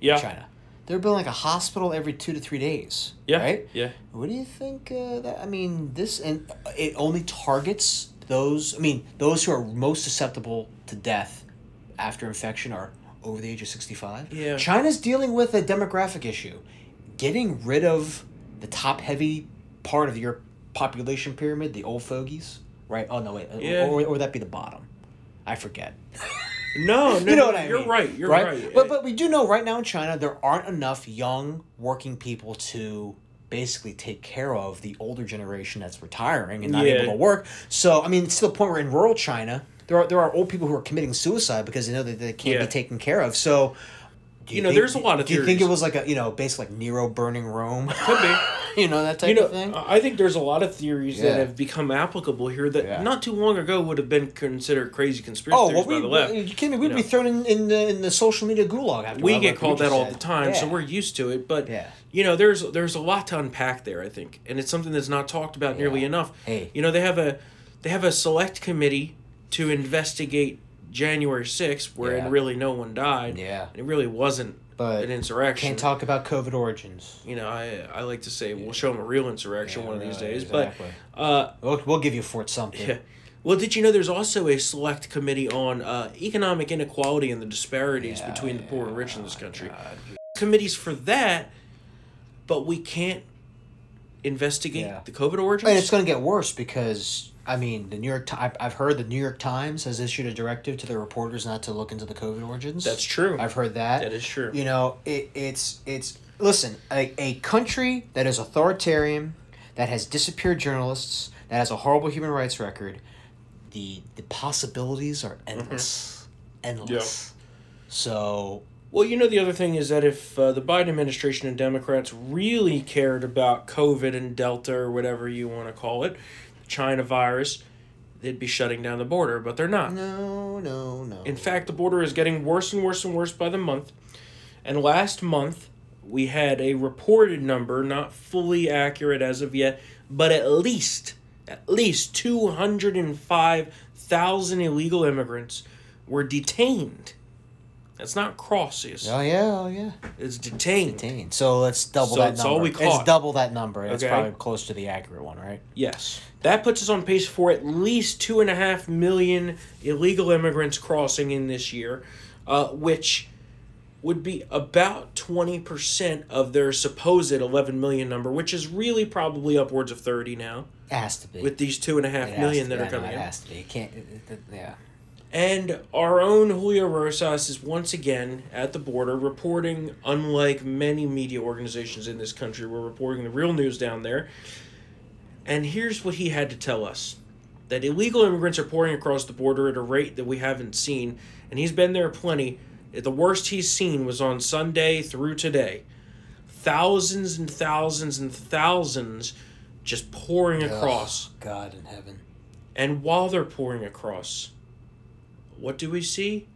yeah, in China. They were building like a hospital every two to three days. yeah, Right. yeah. What do you think? Uh, that I mean, this and it only targets those. I mean, those who are most susceptible to death after infection are over the age of sixty-five. Yeah. China's dealing with a demographic issue, getting rid of the top-heavy part of your population pyramid, the old fogies. Right. Oh no, wait. Yeah. Or, or would that be the bottom? I forget. No, no, You know no, what I you're mean? right. You're right. But but we do know right now in China there aren't enough young working people to basically take care of the older generation that's retiring and not Yeah. able to work. So I mean, it's to the point where in rural China there are there are old people who are committing suicide because they know that they can't Yeah. be taken care of. So. do You know, there's a lot of Do you think theories. it was like a you know, basically like Nero burning Rome? could be. you know that type You know, uh, of thing. I I think there's a lot of theories Yeah. that have become applicable here that Yeah. not too long ago would have been considered crazy conspiracy oh well, theories we by the left. you kidding me? We'd you be know. thrown in, in the in the social media gulag after. we what- get what called you that all said. the time, so Yeah. we're used to it. But Yeah. you know, there's there's a lot to unpack there. I think, and it's something that's not talked about nearly enough. Hey. you know, they have a they have a select committee to investigate January 6th, wherein Yeah. really no one died. Yeah. and it really wasn't But an insurrection. can't talk about COVID origins. you know, I I like to say we'll show them a real insurrection Yeah, one of these really, days. exactly. But uh, We'll, we'll give you Fort Sumter. Yeah. Well, did you know there's also a select committee on uh, economic inequality and the disparities between the poor and rich in this country? Committees for that, but we can't investigate Yeah. the COVID origins. And it's going to get worse because I mean the New York. Ti- I've, I've heard the New York Times has issued a directive to their reporters not to look into the COVID origins. That's true. I've heard that. That is true. You know, it, it's it's listen a, a country that is authoritarian, that has disappeared journalists, that has a horrible human rights record. The the possibilities are Mm-hmm. endless, endless. So Well, you know, the other thing is that if uh, the Biden administration and Democrats really cared about COVID and Delta or whatever you want to call it, China virus, they'd be shutting down the border, but they're not. No, no, no. In fact, the border is getting worse and worse and worse by the month. And last month, we had a reported number, not fully accurate as of yet, but at least at least 205,000 illegal immigrants were detained. That's not crosses. oh yeah, oh yeah. It's detained. Dang. So let's double So that it's number. all we It's caught. double that number. It's Okay. probably close to the accurate one, right? Yes. That puts us on pace for at least two and a half million illegal immigrants crossing in this year, uh, which would be about 20% of their supposed 11 million number, which is really probably upwards of 30 now Has to be. with these two and a half It has million that to be. are I know, coming It in. has to be. It can't. It, it, yeah. And our own Julio Rosas is once again at the border reporting, unlike many media organizations in this country, we're reporting the real news down there. And here's what he had to tell us that illegal immigrants are pouring across the border at a rate that we haven't seen, and he's been there plenty. The worst he's seen was on Sunday through today. Thousands and thousands and thousands just pouring across. Ugh, God in heaven. And while they're pouring across, what do we see?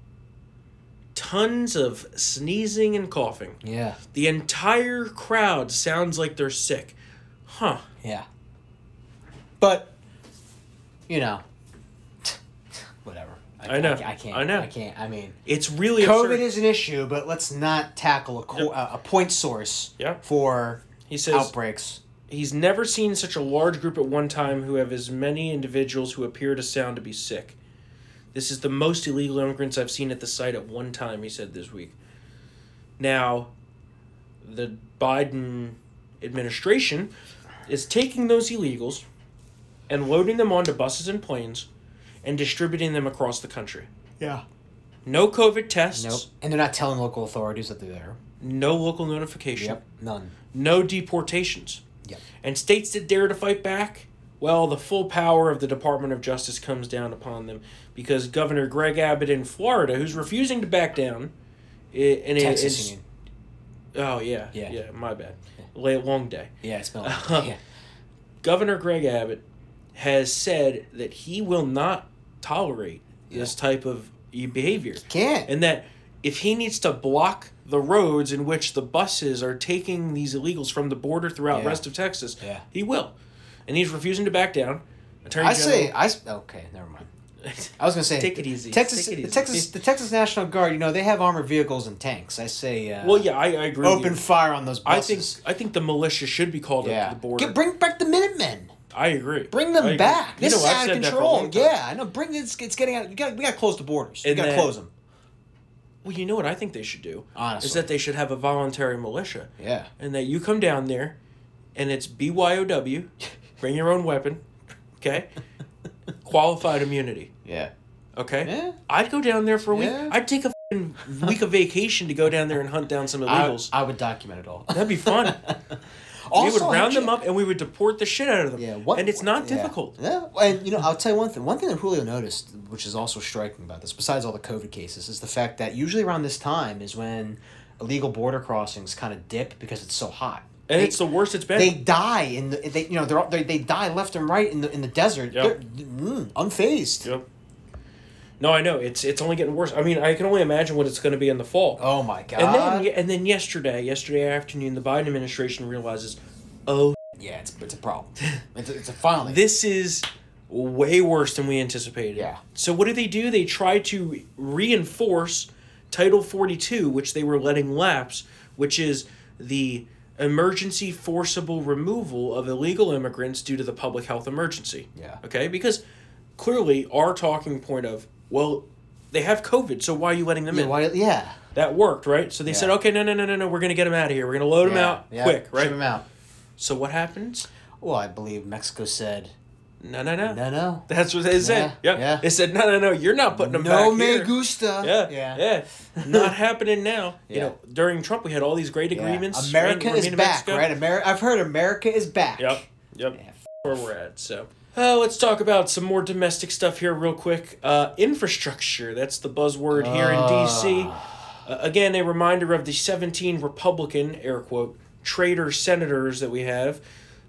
Tons of sneezing and coughing. Yeah. The entire crowd sounds like they're sick. Huh. Yeah. But, you know, whatever. I know. I, can't. I know. I can't. I mean, It's really COVID absurd. is an issue, but let's not tackle a, co- a a point source Yep. for He says outbreaks. he's never seen such a large group at one time who have as many individuals who appear to sound to be sick. This is the most illegal immigrants I've seen at the site at one time, he said this week. Now, the Biden administration is taking those illegals and loading them onto buses and planes and distributing them across the country. Yeah. No COVID tests, Nope. And they're not telling local authorities that they're there. no local notification, Yep. None. no deportations. Yep. And states that dare to fight back, well, the full power of the Department of Justice comes down upon them because Governor Greg Abbott in Florida, who's refusing to back down, i- and it- Texas it's- Union. oh yeah, Yeah. yeah, my bad, late long day. Yeah, it's been. yeah. Governor Greg Abbott has said that he will not tolerate this type of e- behavior. Can't. And that if he needs to block the roads in which the buses are taking these illegals from the border throughout Yeah. rest of Texas, Yeah. he will. And he's refusing to back down. Attorney I say I s- okay, never mind. I was gonna say Take it easy. Texas, Take it the easy. Texas, the Texas National Guard. You know they have armored vehicles and tanks. I say. Uh, well, yeah, I, I agree. Open With you. fire on those I think buses. I think the militia should be called yeah. up to the border. Get- bring back the Minutemen. I agree. Bring I them agree. back. You This know, is I've out of said that for a control. long time. Yeah, I know. Bring it's it's getting out. You got we got to close the borders. And we got to then- close them. Well, you know what I think they should do? Honestly. Is that they should have a voluntary militia. Yeah. And that you come down there and it's BYOW, bring your own weapon, okay? Qualified immunity, Yeah. okay? Yeah. I'd go down there for a week. Yeah. I'd take a fing week of vacation to go down there and hunt down some I, illegals. I would document it all. That'd be fun. we would Also, round actually- them up and we would deport the shit out of them. Yeah, what, and it's not yeah. difficult. Yeah, and you know, I'll tell you one thing. One thing that Julio noticed, which is also striking about this, besides all the COVID cases, is the fact that usually around this time is when illegal border crossings kind of dip because it's so hot. And They- it's the worst it's been. They die in the they you know they're all- they they die left and right in the in the desert. Yep. They're mm, unfazed. Yep. No, I know it's it's only getting worse. I mean, I can only imagine what it's going to be in the fall. Oh my god. And then ye- and then yesterday, yesterday afternoon, the Biden administration realizes, oh, yeah, it's it's a problem. It's, a- it's a finally. this is way worse than we anticipated. Yeah. So what do they do? They try to reinforce Title 42, which they were letting lapse, which is the emergency forcible removal of illegal immigrants due to the public health emergency. Yeah. Okay? Because clearly our talking point of, well, they have COVID, so why are you letting them yeah, in? why, yeah. that worked, right? So they said, Yeah. okay, no, no, no, no, no, we're going to get them out of here. We're going to load them yeah, out yeah. quick, Ship right? 'em out. So what happens? Well, I believe Mexico said No, no, no. no, no. That's what they said. Yeah, Yeah, yeah. They said, no, no, no, you're not putting them back No me here." gusta. Yeah, yeah, yeah, Not happening now. Yeah. You know, during Trump, we had all these great Yeah. agreements. America right, is Remain in back, Mexico. right? America. I've heard America is back. Yep, yep. Yeah, f- Where we're at. So, uh, let's talk about some more domestic stuff here, real quick. Uh, infrastructure. That's the buzzword here in D.C. Ah. Uh, again, a reminder of the 17 Republican air quote traitor senators that we have: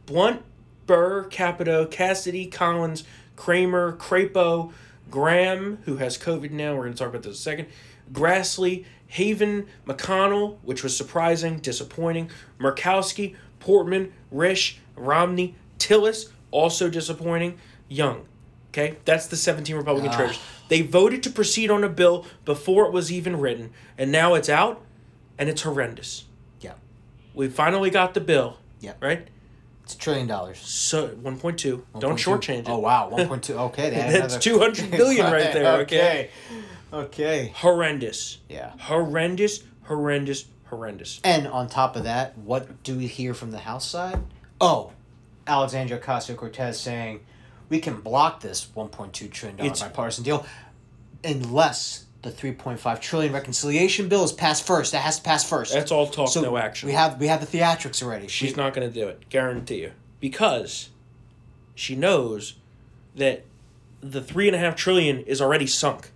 Blunt, Burr, Capito, Cassidy, Collins, Kramer, Crapo, Graham, who has COVID now. We're going to talk about this in a second. Grassley, Haven, McConnell, which was surprising, disappointing. Murkowski, Portman, Risch, Romney, Tillis, also disappointing. Young. Okay, that's the 17 Ah. Republican traitors. They voted to proceed on a bill before it was even written, and now it's out, and it's horrendous. Yeah. We finally got the bill. Yep. Right? It's a trillion dollars. So 1.2. Don't 1.2. shortchange it. Oh wow, one point two. Okay, they had That's another- 200 billion right there, okay? Okay. Okay. Horrendous. Yeah. Horrendous, horrendous, horrendous. And on top of that, what do we hear from the House side? Oh, Alexandria Ocasio Cortez saying we can block this one point two trillion dollar It's- bipartisan deal unless the three point five trillion reconciliation bill is passed first. That has to pass first. That's all talk, no action. We have we have the theatrics already. She's not going to do it, guarantee you. Because she knows that the three and a half trillion is already sunk.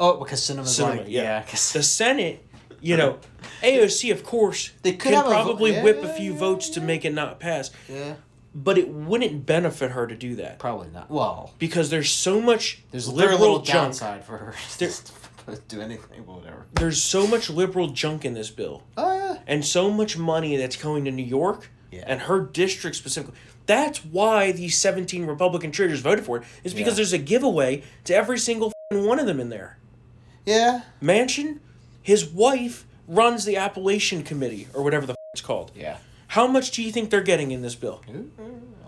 Oh, because cinema's Cinema, like yeah. yeah. 'cause- The Senate, you know, AOC, of course, They they could can could have a vo- probably yeah, whip yeah, a few yeah, votes to make it not pass, yeah. but it wouldn't benefit her to do that Probably not. Well, because there's so much there's very liberal little junk. downside for her There- to do anything, but whatever. There's so much liberal junk in this bill. Oh yeah. and so much money that's going to New York Yeah. and her district specifically. That's why these 17 Republican traders voted for it, is because Yeah. there's a giveaway to every single fing one of them in there. Yeah. Mansion, his wife runs the Appalachian Committee or whatever the f- it's called. Yeah. How much do you think they're getting in this bill?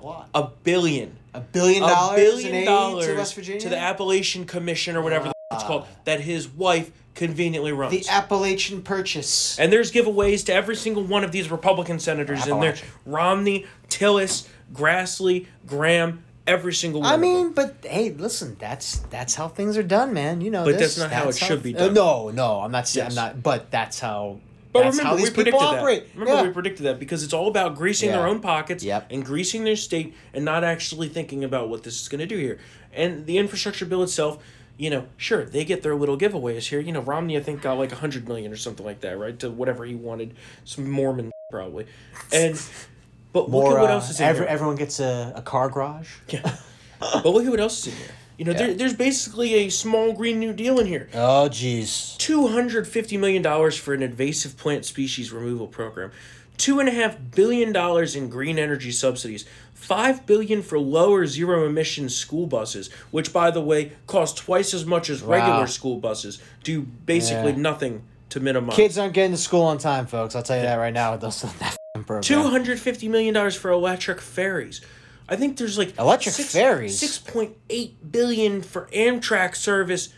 A lot. A billion. A billion A dollars. in billion aid dollars to West Virginia. Ah. to the Appalachian Commission or whatever the f- it's called that his wife conveniently runs. The Appalachian Purchase. And there's giveaways to every single one of these Republican senators in there. Appalachia. Romney, Tillis, Grassley, Graham, every single one. I of them. mean, but hey, listen, that's that's how things are done, man. You know, But this, that's not how it should be uh, done. no, no, I'm not saying Yes. I'm not, but that's how. but that's remember how we these predicted people that. operate. Remember yeah. we predicted that because it's all about greasing Yeah. their own pockets Yep. and greasing their state and not actually thinking about what this is going to do here. And the infrastructure bill itself, you know, sure they get their little giveaways here. You know, Romney I think got like a hundred million or something like that, right? To whatever he wanted, some Mormon probably. And but More, look at what uh, else is in every- here. Everyone gets a, a car garage. But look at what else is in here. You know, there, there's basically a small Green New Deal in here. Oh, jeez. $250 million for an invasive plant species removal program. $2.5 billion in green energy subsidies. $5 billion for lower zero emission school buses, which, by the way, cost twice as much as Wow. regular school buses, do basically Yeah. nothing to minimize. Kids aren't getting to school on time, folks. I'll tell you that right now. With those that f***ing program. Two hundred fifty million dollars for electric ferries. I think there's like Electric ferries? Six point eight billion for Amtrak service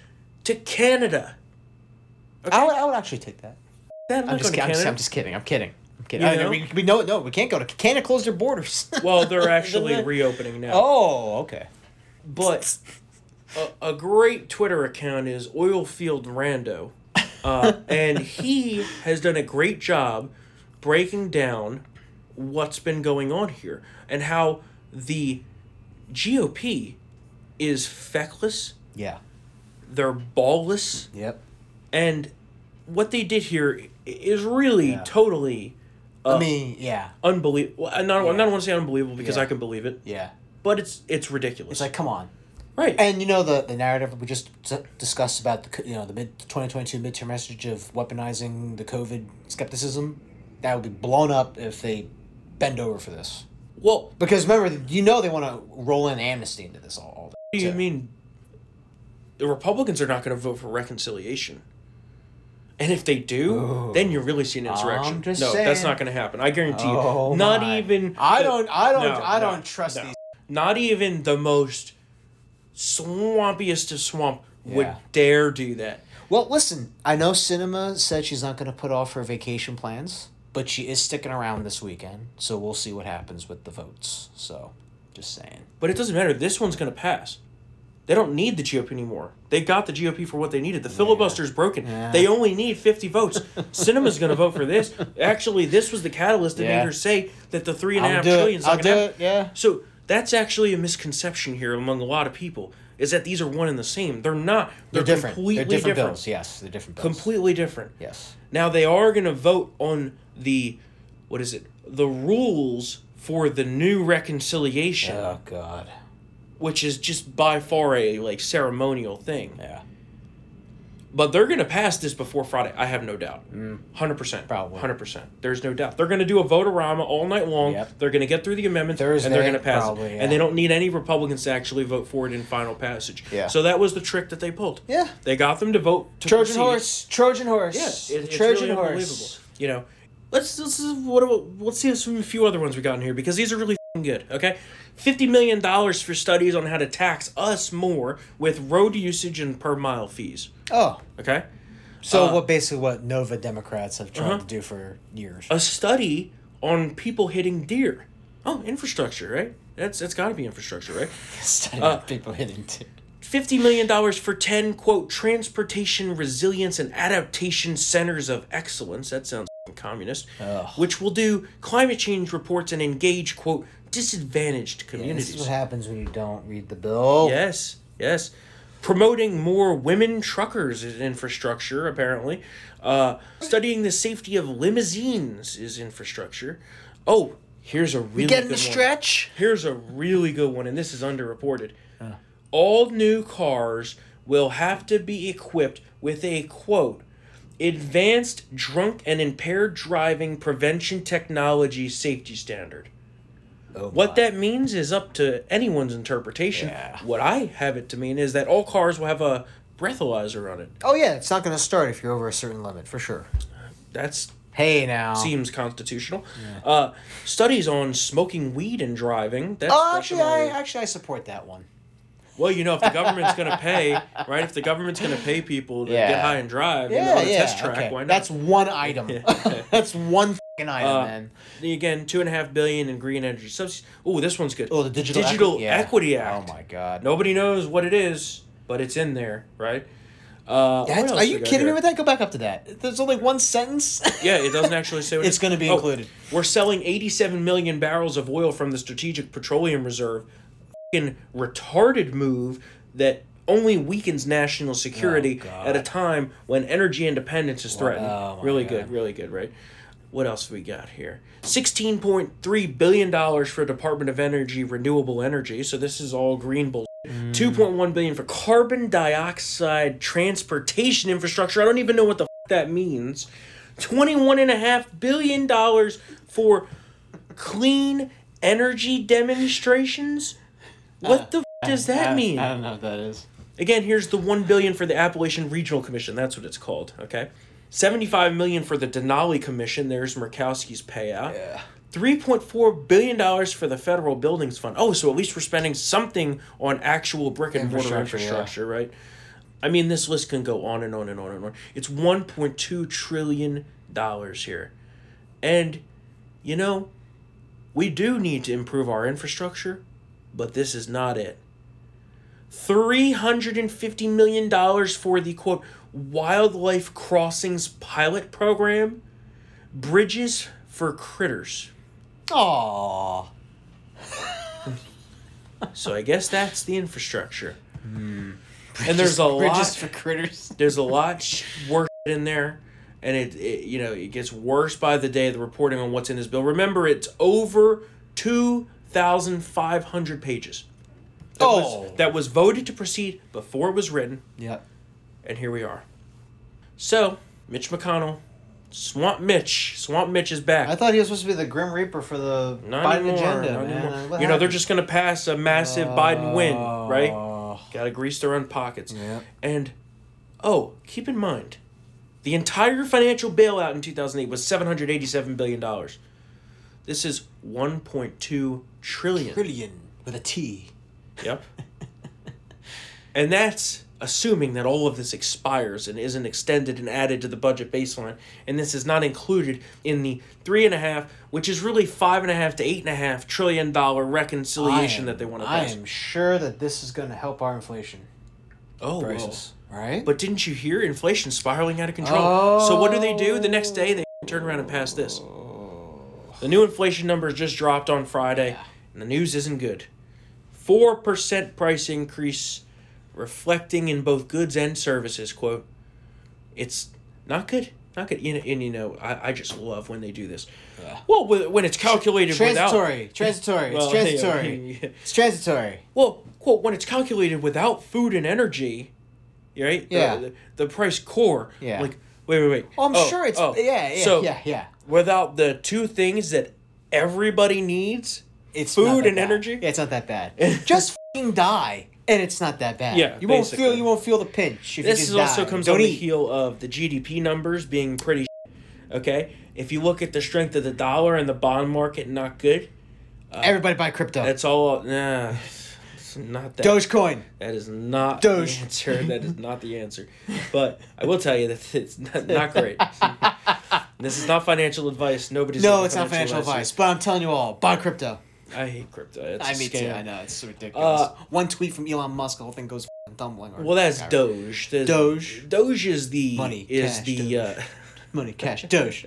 to Canada. I would, I would actually take that. That I'm to just, kidding, I'm, Canada. just, I'm just kidding. I'm kidding. I'm kidding. You I know, know? we, we know no, we can't go to Canada. Closed their borders. Well, they're actually reopening now. oh, okay. But a, a great Twitter account is Oilfield Rando, uh, and he has done a great job breaking down what's been going on here and how the GOP is feckless Yeah. they're ballless Yep. and what they did here i- is really Yeah. totally Uh. I mean, yeah, unbelievable i don't, I Yeah. don't want to say unbelievable because Yeah. i can believe it yeah. but it's it's ridiculous It's like, come on. right And you know the the narrative we just t- discussed about the co- you know the mid twenty twenty two midterm message of weaponizing the COVID skepticism that would be blown up if they bend over for this. well what Because remember, you know they want to roll in amnesty into this all. all that do you too. mean the republicans are not going to vote for reconciliation and if they do, then you're really seeing an insurrection. Oh. I'm just no, saying. that's not going to happen. I guarantee Oh you. Not my. even. I the- don't. I don't. No, I no, don't trust no. these. Not even the most swampiest of swamp would Yeah. dare do that. Well, listen. I know Cinema said she's not going to put off her vacation plans, but she is sticking around this weekend. So we'll see what happens with the votes. So, just saying. But it doesn't matter. This one's going to pass. They don't need the GOP anymore. They got the GOP for what they needed. The filibuster's broken. They only need 50 votes. Cinema's going to vote for this. Actually, this was the catalyst that Yeah. made her say that the three and a I'll half do it. trillion's I'll not gonna do happen. it, yeah. So that's actually a misconception here among a lot of people is that these are one and the same. They're not. They're, They're different. completely They're different, different. bills. Yes, they're different bills. Completely different. Yes. Now they are going to vote on the what is it? The rules for the new reconciliation Oh God. which is just by far a like ceremonial thing. Yeah. But they're gonna pass this before Friday. I have no doubt. Hundred percent. Mm. Probably. Hundred percent. There's no doubt. They're gonna do a votorama all night long. Yep. They're gonna get through the amendments and they're Thursday, gonna pass probably, it. yeah. And they don't need any Republicans to actually vote for it in final passage. Yeah. So that was the trick that they pulled. Yeah. They got them to vote. To Trojan proceed. horse. Trojan horse. Yeah, it- it's Trojan really horse. unbelievable. You know, let's let's what about- let's see some a few other ones we got in here because these are really fing good. Okay, fifty million dollars for studies on how to tax us more with road usage and per mile fees. Oh, Okay, so Uh, uh-huh. what? Basically, what Nova Democrats have tried to do for years. a study on people hitting deer. Oh, infrastructure, right? That's that's got to be infrastructure, right? Study uh, people hitting. T- $50 million for 10, quote, transportation resilience and adaptation centers of excellence. That sounds f***ing communist. Which will do climate change reports and engage, quote, disadvantaged this is communities. what happens when you don't read the bill. yes, yes. Promoting more women truckers is infrastructure, apparently. Uh, studying the safety of limousines is infrastructure. Oh, here's a really Getting good the one. stretch. Here's a really good one, and this is underreported. Uh. All new cars will have to be equipped with a quote advanced drunk and impaired driving prevention technology safety standard. Oh What that means is up to anyone's interpretation. Yeah. What I have it to mean is that all cars will have a breathalyzer on it. Oh yeah, it's not going to start if you're over a certain limit for sure. That's Hey now. seems constitutional. Uh, studies on smoking weed and driving. That's oh, actually, I definitely- actually I support that one. Well, you know, if the government's going to pay, right? If the government's going to pay people to get Yeah. high and drive, you know, Yeah, on a yeah. test track, okay. why not? That's one item. That's one fing item, Uh, man. again two and a half billion in green energy subsidies. Oh, this one's good. Oh, the digital equi- yeah. equity act. Oh my god. Nobody knows what it is, but it's in there, right? Uh, That's, what are else you we got kidding me here? with that? Go back up to that. There's only one sentence. Yeah, it doesn't actually say what It's gonna be included. We're selling 87 million barrels of oil from the Strategic Petroleum Reserve. Fucking retarded move that only weakens national security Oh, God. at a time when energy independence is threatened. oh my really God. good, really good, right? What else we got here? Sixteen point three billion dollars for Department of Energy renewable energy. So this is all green bull. Mm. Two point one billion for carbon dioxide transportation infrastructure. I don't even know what the f- that means. Twenty-one and a half billion dollars for clean energy demonstrations. What the f- does that mean? don't know what that is. Again, here's the one billion for the Appalachian Regional Commission. That's what it's called. Okay, seventy-five million for the Denali Commission. There's Murkowski's payout. Three point four billion dollars for the federal buildings fund. Oh, so at least we're spending something on actual brick and mortar Infrastructure, yeah. infrastructure, right? I mean, this list can go on and on and on and on. It's one point two trillion dollars here, and you know, we do need to improve our infrastructure, but this is not it. $350 million for the quote wildlife crossings pilot program bridges for critters Aww. so i guess that's the infrastructure and there's a We're lot just Hmm. for critters. there's a lot sh- worse in there and it, it you know it gets worse by the day the reporting on what's in this bill remember it's over 2500 pages that was- Oh. that was voted to proceed before it was written Yep. and here we are. So, Mitch McConnell, Swamp Mitch, Swamp Mitch is back. I thought he was supposed to be the Grim Reaper for the Biden agenda, not man. anymore. What You know they're happened? just gonna pass a massive Biden win, right? Oh. Got to grease their own pockets. Yeah. And oh, keep in mind, the entire financial bailout in two thousand eight was seven hundred eighty seven billion dollars. This is one point two trillion. Trillion with a T. Yep. and that's assuming that all of this expires and isn't extended and added to the budget baseline. And this is not included in the three and a half, which is really five and a half to eight and a half trillion dollar reconciliation I am- that they want to I pass. am sure that this is going to help our inflation oh, whoa. prices. Right? but didn't you hear inflation spiraling out of control? So what do they do? The next day they turn around and pass this. Oh. The new inflation numbers just dropped on Friday, and the news isn't good. 4% price increase reflecting in both goods and services, quote. It's not good. Not good. You know, and you know, I, I just love when they do this. Well, with- when it's calculated without transitory. Transitory. Well, it's transitory. yeah. It's transitory. Well, quote, when it's calculated without food and energy, right? The- Yeah. The, the price core. Yeah. Like, wait, wait, wait. Oh, I'm sure it's- yeah, yeah, yeah, yeah. Without the two things that everybody needs, It's not food that and bad. energy. Yeah, it's not that bad. just fing die, and it's not that bad. Yeah, you won't basically. feel you won't feel the pinch. If This you just is also die. comes Don't on the eat. heel of the GDP numbers being pretty. Okay, if you look at the strength of the dollar and the bond market, not good. Everybody buy crypto. That's all. Nah, it's not that. Dogecoin. That is not Doge. the answer. That is not the answer. But I will tell you that it's not, not great. this is not financial advice. Nobody's No, giving it's not financial advice. advice, but I'm telling you all, buy crypto. I hate crypto. It's I a mean, scam. Uh, too. I know it's so ridiculous. One tweet from Elon Musk, the whole thing goes f***ing tumbling. or Well, that's whatever. Doge. The- Doge. Doge is the Money, Is cash, the Doge. uh, Money, cash, Doge.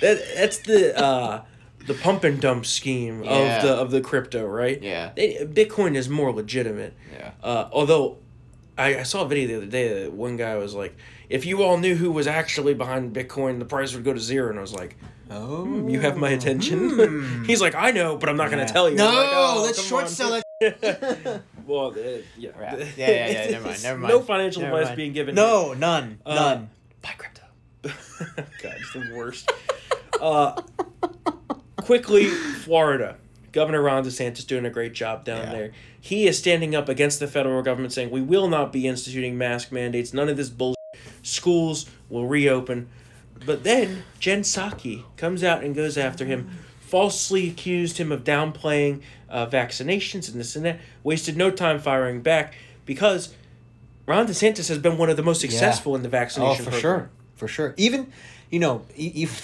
that, that's the uh, the pump and dump scheme Yeah. of the of the crypto, right? Yeah. They- Bitcoin is more legitimate. Yeah. Uh, although, I, I saw a video the other day that one guy was like, "If you all knew who was actually behind Bitcoin, the price would go to zero. And I was like, "Hmm, Oh. Hmm. "You have my attention." He's like, "I know, but I'm not going to tell you." No, I'm like, "Oh, let's come short on." sell that. Well, uh, yeah. Yeah, yeah, yeah. Never mind. Never mind. No financial Never advice mind. being given. here. No, none, Uh, none. Buy crypto. God, it's the worst. uh, quickly, Florida. Governor Ron DeSantis doing a great job down Yeah. there. He is standing up against the federal government, saying we will not be instituting mask mandates. None of this bullshit. Schools will reopen. But then Jen Psaki comes out and goes after him, falsely accused him of downplaying uh, vaccinations and this and that. Wasted no time firing back because Ron DeSantis has been one of the most successful in the vaccination. Oh, for program. sure, for sure. Even, you know, e- even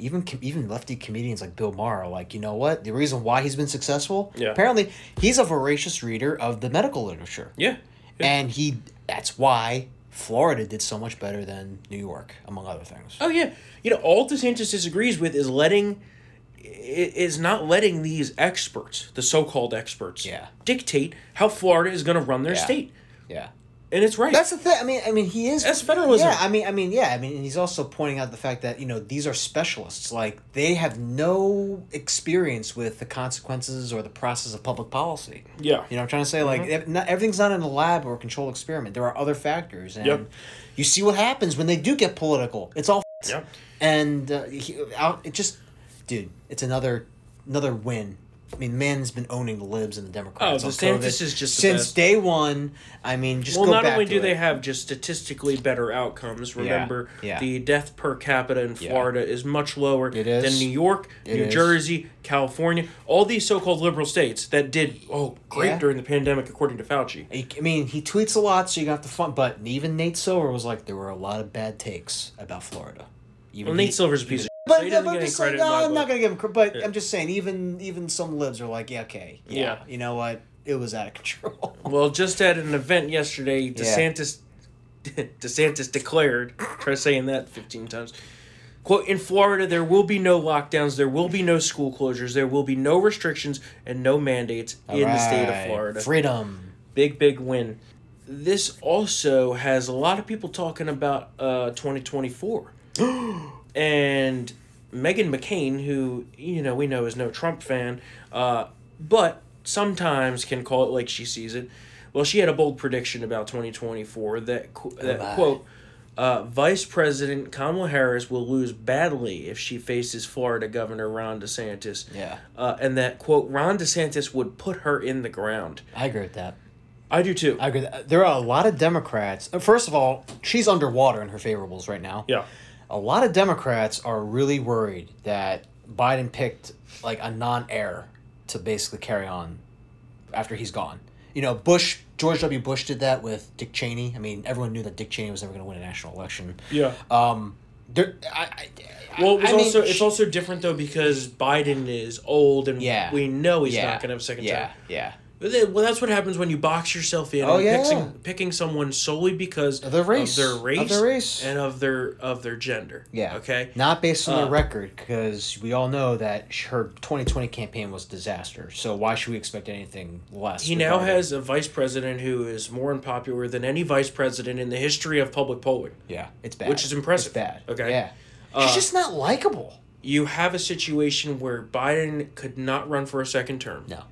even com- even lefty comedians like Bill Maher, are like you know what, the reason why he's been successful. Yeah. Apparently, he's a voracious reader of the medical literature. Yeah. And he, that's why Florida did so much better than New York, among other things. Oh yeah, you know all DeSantis disagrees with is letting i- is not letting these experts, the so-called experts, Yeah. dictate how Florida is going to run their Yeah. state, Yeah. and it's right. That's the thing. I mean, I mean, he is. That's federalism. Yeah, I mean, I mean, yeah, I mean, and he's also pointing out the fact that you know these are specialists. Like they have no experience with the consequences or the process of public policy. Yeah. Mm-hmm. you know, what I'm trying to say like ev- not, everything's not in a lab or a controlled experiment. There are other factors, and Yep. you see what happens when they do get political. It's all yeah. and uh, he, out, it just, dude, it's another another win. I mean, man's been owning the libs and the Democrats. Oh, on DeSantis COVID is just the since best. day one. I mean, just Well, go not back only to do they it. have just statistically better outcomes. Remember, yeah. the death per capita in Florida is much lower It than is. New York, It New is. Jersey, California, all these so-called liberal states that did oh great Yeah. during the pandemic, according to Fauci. I I mean, he tweets a lot, so you have to fun. But even Nate Silver was like, there were a lot of bad takes about Florida. Even Well, Nate he- Silver's a piece of. But, shit, so he yeah, doesn't get but I'm any just saying, credit. in no, my I'm not book. gonna give him. cre- But I'm just saying, even even some libs are like, yeah, okay, yeah, Yeah. you know what, it was out of control. Well, just at an event yesterday, DeSantis DeSantis declared, try saying that 15 times. Quote, in Florida, there will be no lockdowns, there will be no school closures, there will be no restrictions and no mandates in the state of Right. Florida. freedom. Big, big win. This also has a lot of people talking about uh, 2024. and Megan McCain, who, you know, we know is no Trump fan, uh, but sometimes can call it like she sees it. Well, she had a bold prediction about 2024 that, qu- that Goodbye. quote, uh, Vice President Kamala Harris will lose badly if she faces Florida Governor Ron DeSantis. Yeah. Uh, and that, quote, Ron DeSantis would put her in the ground. I agree with that. I do too. I agree. with that. There are a lot of Democrats. uh, First of all, she's underwater in her favorables right now. yeah. A lot of Democrats are really worried that Biden picked like a non-heir to basically carry on after he's gone. You know, Bush, George W. Bush did that with Dick Cheney. I mean, everyone knew that Dick Cheney was never going to win a national election. Yeah. Um, there, I, I, well, it was I mean, also it's sh- also different though because Biden is old and Yeah. we know he's yeah, not going to have a second yeah, term. yeah. But then- Well, that's what happens when you box yourself in. Oh, and yeah. Picking, picking someone solely because Of their race. of their Of race, their race. and of their of their gender. Yeah. Okay. Um, Not based on the record, because we all know that sh- her 2020 campaign was a disaster. So why should we expect anything less? He now regarding- has a vice president who is more unpopular than any vice president in the history of public polling. Yeah, it's bad. which is impressive. It's bad. Okay. Uh, Yeah. She's just not likable. You have a situation where Biden could not run for a second term. No.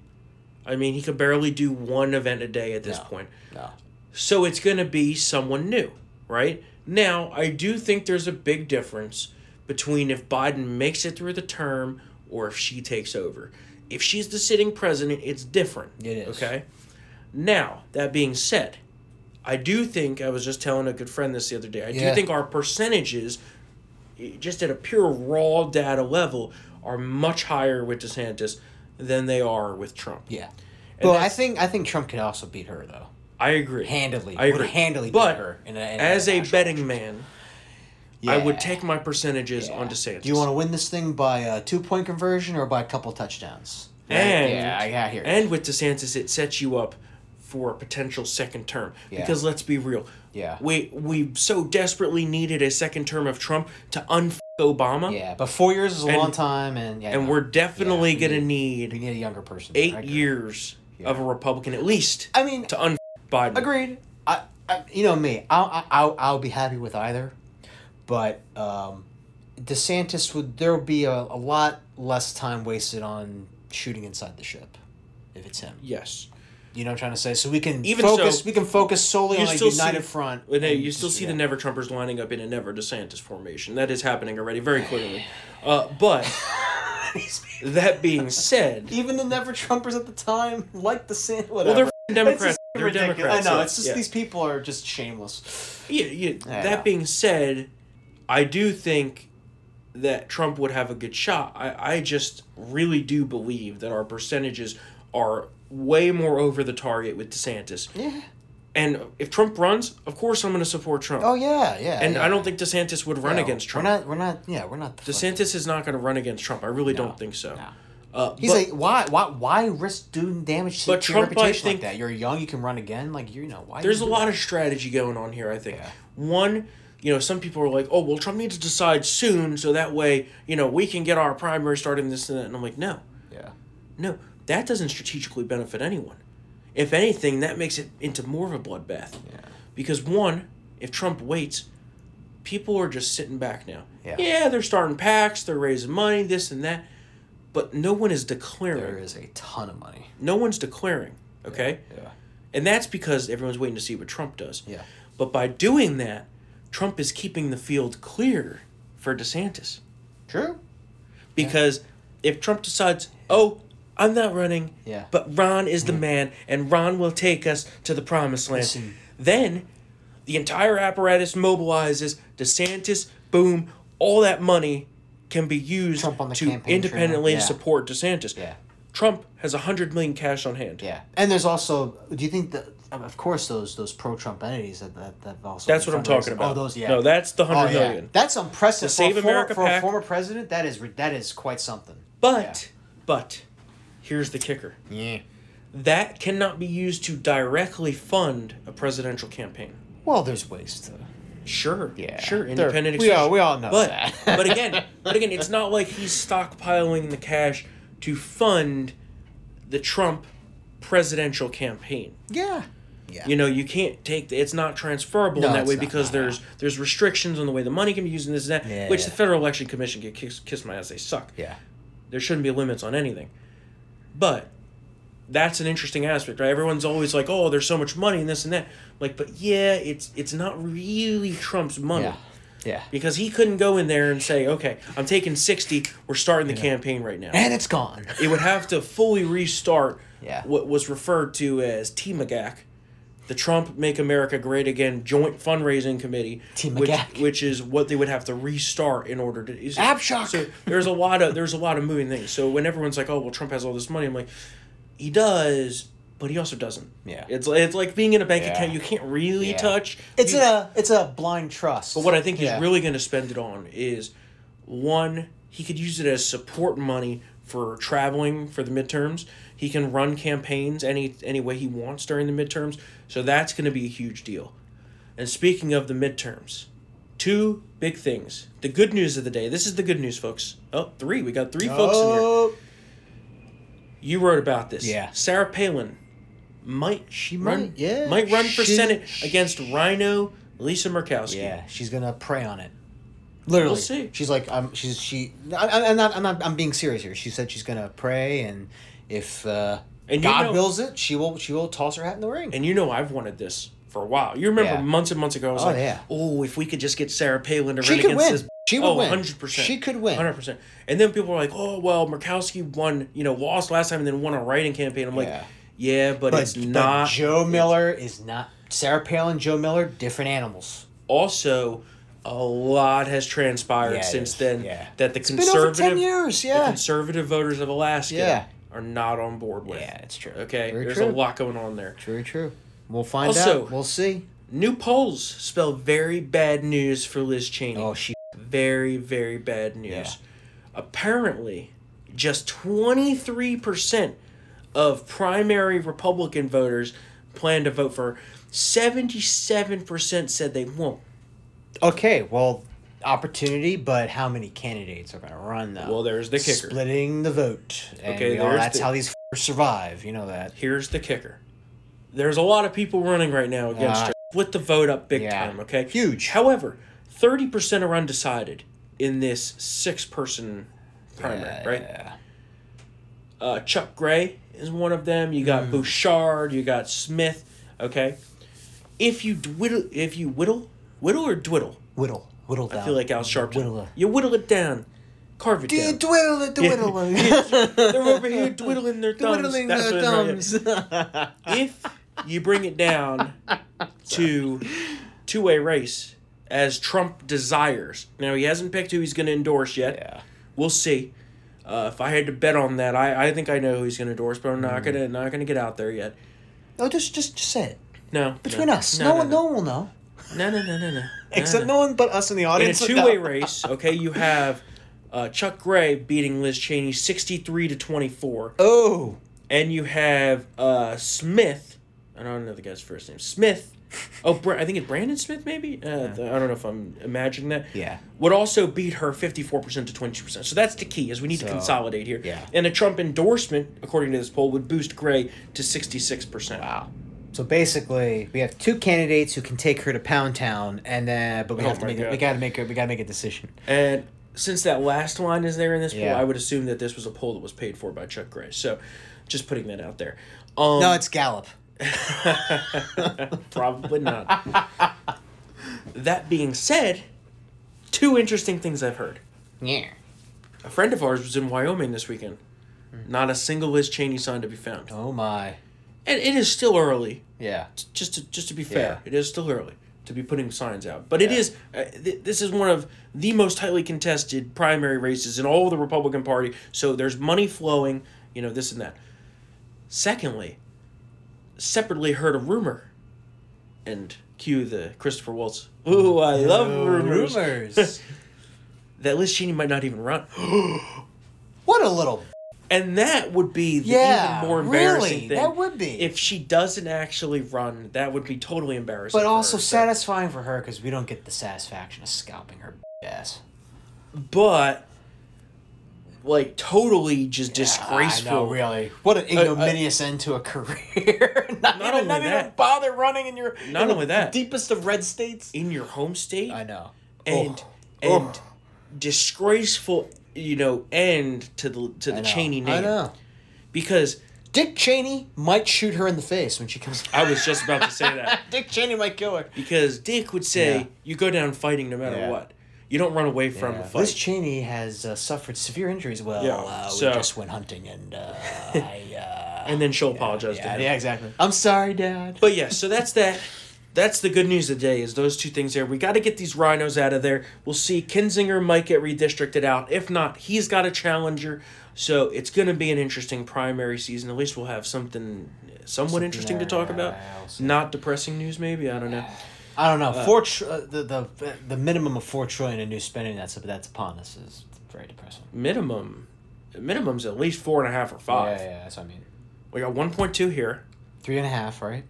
I mean, he could barely do one event a day at this No. point. No. So it's going to be someone new, right? Now, I do think there's a big difference between if Biden makes it through the term or if she takes over. If she's the sitting president, it's different. It is. Okay. Now, that being said, I do think I was just telling a good friend this the other day. I Yeah. do think our percentages just at a pure raw data level are much higher with DeSantis than they are with Trump. Yeah. Well, I that's- think I think Trump could also beat her though. I agree. Handily. I Would agree. handily beat but her in a- in a as a actual betting election. man, I would Yeah. take my percentages on DeSantis. Do you want to win this thing by a two point conversion or by a couple touchdowns? Right? And yeah, I got here. And with DeSantis, it sets you up for a potential second term. Yeah. Because let's be real. Yeah. We we so desperately needed a second term of Trump to unf Obama. yeah, but four years is a And- long time, and yeah, And no. we're definitely Yeah, we gonna we need need a younger person. I eight agree. years of a Republican at least I mean, to unf Biden. agreed. I, I, you know me. I'll, I- I'll, I'll be happy with either, but um, DeSantis would there would be a, a lot less time wasted on shooting inside the ship if it's him. Yes. You know what I'm trying to say. So we can Even focus. so, we can focus solely on a united see, front. Well, no, and you still just- see the yeah. Never Trumpers lining up in a Never DeSantis formation. That is happening already, very clearly. Uh, but that being said, Even the Never Trumpers at the time like the sand. Whatever. well, they're f***ing It's Democrats. just They're ridiculous. Democrats. I know. yeah, It's just yeah. these people are just shameless. Yeah, yeah. Yeah. That being said, I do think that Trump would have a good shot. I, I just really do believe that our percentages are way more over the target with DeSantis. Yeah. And if Trump runs, of course I'm going to support Trump. Oh yeah, yeah. and yeah. I don't think DeSantis would run No, against Trump. We're not. We're not. Yeah, we're not. The fucking- DeSantis is not going to run against Trump. I really No, don't think so. no. Uh, He's but- like, why, why, why risk doing damage to But your Trump, I reputation think- like that? You're young, you can run again. Like you know, why? there's a you lot of strategy going on here. I think Yeah. one, you know, some people are like, oh well, Trump needs to decide soon, so that way, you know, we can get our primary started and this and that. And I'm like, no, do that? no, that doesn't strategically benefit anyone. If anything, that makes it into more of a bloodbath. Yeah. Because one, if Trump waits, people are just sitting back now. Yeah. they're starting packs, they're raising money, this and that, but no one is declaring. There is a ton of money. No one's declaring, okay? Yeah. And that's because everyone's waiting to see what Trump does. Yeah. But by doing that, Trump is keeping the field clear for DeSantis. True. Because if Trump decides, oh, I'm not running, Yeah. Mm-hmm. but Ron is the man, and Ron will take us to the promised land, Listen. then the entire apparatus mobilizes, DeSantis, boom, all that money can be used Trump on the to campaign trail, independently yeah. support DeSantis. Yeah. Trump has 100 million cash on hand. Yeah. And there's also. Do you think that? Of course, those those pro Trump entities that that, that also. That's what I'm talking fundraising- about. Oh, those yeah. No, that's the Oh, hundred yeah. million. That's impressive. The for Save a former, America for a Pact. former president. That is re- that is quite something. But but here's the kicker. Yeah. That cannot be used to directly fund a presidential campaign. Well, there's ways to. Sure. Yeah. Sure. There- Independent. we expression. all- we all know but, that. but again, but again, it's not like he's stockpiling the cash to fund the Trump presidential campaign. Yeah. You know, you can't take the, it's not transferable No, in that it's way not, because no, no. there's there's restrictions on the way the money can be used and this and that, Yeah, which yeah. the Federal Election Commission can kiss, kiss my ass. They suck. Yeah. there shouldn't be limits on anything. But that's an interesting aspect, right? Everyone's always like, "Oh, there's so much money and this and that." Like, but yeah, it's it's not really Trump's money Yeah. Yeah. because he couldn't go in there and say, "Okay, I'm taking 60. We're starting the campaign right now." And it's gone. it would have to fully restart Yeah. what was referred to as TMAGAC, the Trump Make America Great Again Joint Fundraising Committee, which, TMAGAC. which is what they would have to restart in order to. Is Abshock. So there's a lot of there's a lot of moving things. So when everyone's like, "Oh, well, Trump has all this money," I'm like, he does. But he also doesn't. Yeah. it's it's like being in a bank Yeah. account you can't really Yeah. touch. It's You- a it's a blind trust. but what I think Yeah. he's really going to spend it on is one, he could use it as support money for traveling for the midterms. He can run campaigns any any way he wants during the midterms. So that's going to be a huge deal. And speaking of the midterms, two big things. The good news of the day. This is the good news, folks. Oh, three. We got three folks in here. Oh, You wrote about this. Yeah. Sarah Palin might she run, might, yeah. might run for She- Senate against Rhino Lisa Murkowski. yeah, she's gonna prey on it. Literally, We'll see. she's like, um, she's she. I, I- I'm not, I'm not, I'm being serious here. She said she's gonna pray, and if uh, And you God know, wills it, she will she will toss her hat in the ring. and you know I've wanted this for a while. You remember Yeah. months and months ago, I was Oh, like, yeah. oh, if we could just get Sarah Palin to She run could against win. this. She would oh, win. 100%. She could win. 100%. And then people were like, oh, well, Murkowski won, you know, lost last time and then won a writing campaign. I'm Yeah. like, yeah, but, but, it's but not. Joe Miller is not Sarah Palin, Joe Miller, different animals. also a lot has transpired Yeah, it since is. then Yeah. that the been over 10 conservative years, the yeah. conservative voters of Alaska Yeah. are not on board with. Yeah, it's true. Okay, Very there's true. a lot going on there. Very true. We'll find Also- out. We'll see. New polls spell very bad news for Liz Cheney. Oh, she very very bad news. Yeah. Apparently, just 23% of primary Republican voters plan to vote for her. 77% said they won't. Okay, well, opportunity, but how many candidates are going to run though? Well, there's the kicker. Splitting the vote. And Okay, we all- there's that's the- how these f- survive. You know that. here's the kicker there's a lot of people running right now against Ah. her with the vote up big Yeah. time okay Huge. however 30% are undecided in this six person primary right uh, chuck gray is one of them you Hmm. got bouchard you got smith okay if you dwiddle if you whittle whittle or dwiddle Whittle, whittle down. i feel like al sharpton Oh, Whittle it. you whittle it down carve it Do you down dwiddle it, dwiddle it. they're over here dwiddling their thumbs Twiddling That's their what I'm right here thumbs. if you bring it down to to a race as Trump desires. Now he hasn't picked who he's going to endorse yet. We'll see. Uh, if I had to bet on that, I, I think I know who he's going to endorse, but I'm not gonna not gonna get out there yet. No, just, just, just say it. No, Between no, us, no, no, no, no, one, no one will know. no, no, no, no, no. Except no one but us in the In a audience. would know. two-way race, okay, you have uh, Chuck Gray beating Liz Cheney sixty-three to twenty-four. Oh, and you have uh Smith. I don't know the guy's first name. Smith. Oh, Bra- I think it's Brandon Smith, maybe. Uh, th- I don't know if I'm imagining that. Yeah. Would also beat her fifty four percent to twenty two percent. So that's the key is we need to So, consolidate here. yeah. And a Trump endorsement, according to this poll, would boost Gray to sixty six percent. Wow. so basically, we have two candidates who can take her to Pound Town, and then but we Oh have to my make it, we God. gotta make her we gotta make a decision. And since that last line is there in this Yeah. poll, I would assume that this was a poll that was paid for by Chuck Gray. So, just putting that out there. Um, No, it's Gallup. Probably not. that being said, two interesting things I've heard. Yeah. A friend of ours was in Wyoming this weekend. Not a single Liz Cheney sign to be found. Oh my. And it is still early. Yeah. Just to just to be fair, Yeah. it is still early to be putting signs out. But it is uh, th- this is one of the most tightly contested primary races in all of the Republican Party. So there's money flowing, you know, this and that. Secondly, separately heard a rumor and cue the Christopher Waltz. Ooh, I love rumors. Rumors. That Liz Cheney might not even run. what a little. And that would be the Yeah, even more embarrassing really, thing. that would be. If she doesn't actually run, that would be totally embarrassing. But for also her, so- satisfying for her because we don't get the satisfaction of scalping her ass. But, like, totally just disgraceful. I know, really. What an ignominious end to a career. not, Uh, Not even, only not even that- bother running in your Not in the only that. deepest of red states. In your home state. I know. And, Oh. and disgraceful, you know, end to the, to the Cheney name. I know. Because Dick Cheney might shoot her in the face when she comes. I was just about to say that. Dick Cheney might kill her. Because Dick would say, Yeah. you go down fighting no matter Yeah. what. You don't run away from a Uh, fight. Liz Cheney has uh, suffered severe injuries. Well, Yeah, uh, we so- just went hunting and uh, I. Uh, and then she'll apologize to yeah, him. yeah, exactly. I'm sorry, Dad. But yeah, so that's that. That's the good news of the day is those two things there. We got to get these rhinos out of there. We'll see. Kinzinger might get redistricted out. If not, he's got a challenger. So it's going to be an interesting primary season. At least we'll have something somewhat interesting to there, talk yeah, about. I'll see. Not depressing news, maybe. I don't know. I don't know. four tr- uh, the, the the minimum of four trillion in new spending that's that's upon us is very depressing. Minimum. Minimum's at least four and a half or Yeah, five. yeah, that's what I mean. We got 1.2 here. Three and a half, right?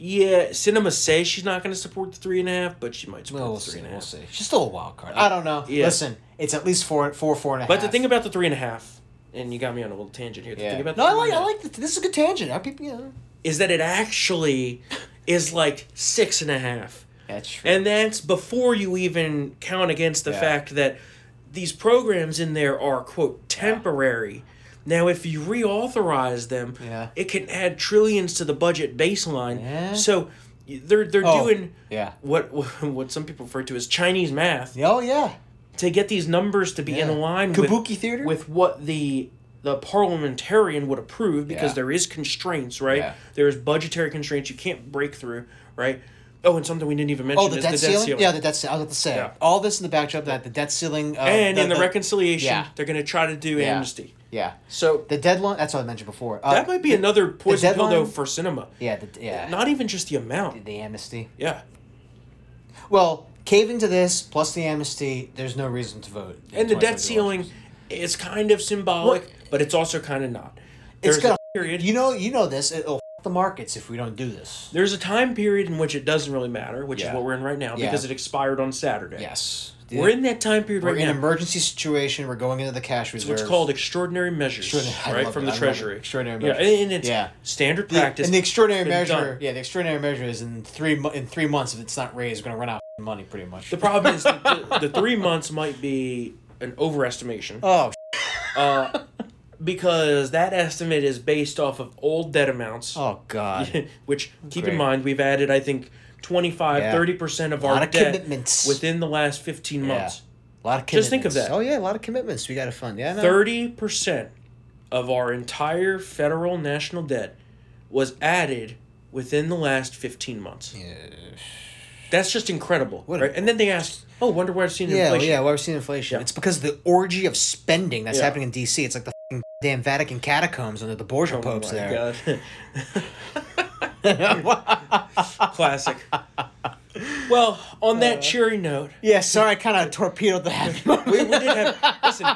Yeah, Cinema says she's not going to support the three and a half, but she might support Well, we'll the three see. and a We'll half. see. She's still a wild card. I don't know. Yeah. Listen, it's at least four, four, four and a half. But the thing about the three and a half, and you got me on a little tangent here. The yeah. thing about no, the I three like, and a I half- like the, this is a good tangent. I people, you know. is that it actually is like six and a half. That's true. And that's before you even count against the Yeah. fact that these programs in there are, quote, temporary. Now, if you reauthorize them, Yeah. it can add trillions to the budget baseline. Yeah. So y- they're they're Oh, doing yeah. what what some people refer to as Chinese math Oh yeah. to get these numbers to be Yeah. in line Kabuki with, theater? with what the the parliamentarian would approve because Yeah. there is constraints right Yeah. there is budgetary constraints you can't break through right oh and something we didn't even mention Oh, the is debt the debt ceiling? ceiling Yeah, the debt ceiling. I was about to say Yeah. all this in the backdrop that the debt ceiling. Uh, and in the, reconciliation yeah. they're going to try to do amnesty Yeah. so The deadline. That's what I mentioned before. Uh, that might be another poison pill though deadline- for cinema Yeah. The, yeah. not even just the amount the amnesty. yeah Well, cave into this plus the amnesty. There's no reason to vote. in and the debt 2022 ceiling elections. is kind of symbolic but it's also kind of not It's There's a gonna. period You know. You know this. It'll f- the markets if we don't do this. There's a time period in which it doesn't really matter, which Yeah. is what we're in right now, Yeah. because it expired on Saturday. Yes. We're in that time period We're right in now. an emergency situation. We're going into the cash reserve. What's called extraordinary measures, Extraordinary- I right love from it. I the love Treasury. it. Extraordinary yeah, measures. and it's Yeah. standard The- practice. And the extraordinary It's been measure, done. yeah, the extraordinary measure is in three mo- in three months. If it's not raised, we're gonna run out of money pretty much. The problem is that the, the three months might be an overestimation Uh, oh, because that estimate is based off of old debt amounts. oh god, which keep Great. in mind we've added I think 25 Yeah. 30% of Lot our of debt commitments. within the last 15 yeah, months. a lot of commitments. Just think of that. Oh yeah, a lot of commitments. We got to fund. Yeah, no. thirty percent of our entire federal national debt was added within the last fifteen months. That's just incredible, What a- right? And then they asked, "Oh, wonder why I've seen Yeah, inflation." yeah. Why we're seeing inflation? Yeah. It's because of the orgy of spending that's Yeah. happening in D.C. It's like the fing damn Vatican catacombs under the Borgia Oh popes my there. God. Uh, Classic. Well, on Uh, that cheery note, Yeah, sorry, I kind of torpedoed that. we, we did have listen.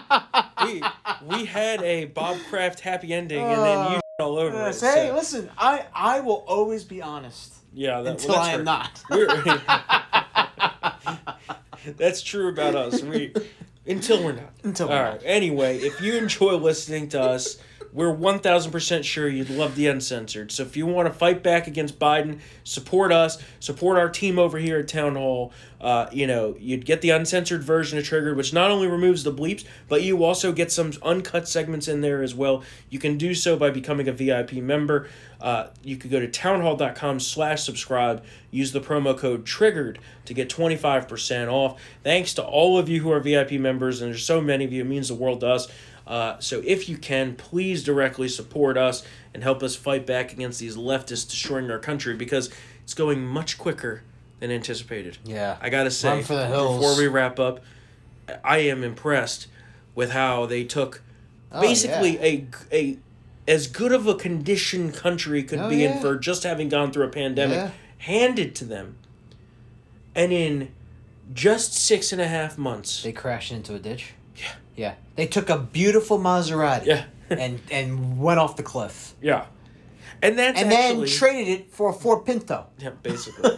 We we had a Bob Craft happy ending, and then you all over it. hey, so- Uh, listen, I I will always be honest yeah, that, until well, that's I am her. not. We're, that's true about us. We until we're not. Until we're All right. Anyway, if you enjoy listening to us, we're one thousand percent sure you'd love the uncensored. So if you want to fight back against Biden, support us. Support our team over here at Town Hall. Uh, you know, you'd get the uncensored version of Triggered, which not only removes the bleeps, but you also get some uncut segments in there as well. You can do so by becoming a VIP member. Uh, you could go to townhall.com slash subscribe. Use the promo code TRIGGERED to get 25% off. Thanks to all of you who are VIP members, and there's so many of you. It means the world to us. Uh, so if you can, please directly support us and help us fight back against these leftists destroying our country because it's going much quicker than anticipated. Yeah. I gotta say, Run for the hills. before we wrap up, I am impressed with how they took Oh, basically a a as good of a condition country could Oh, be yeah. in for just having gone through a pandemic Yeah. handed to them, and in just six and a half months, They crashed into a ditch. Yeah. Yeah. They took a beautiful Maserati. Yeah. and and went off the cliff, yeah, and that's and actually, then traded it for a Ford Pinto. yeah, basically.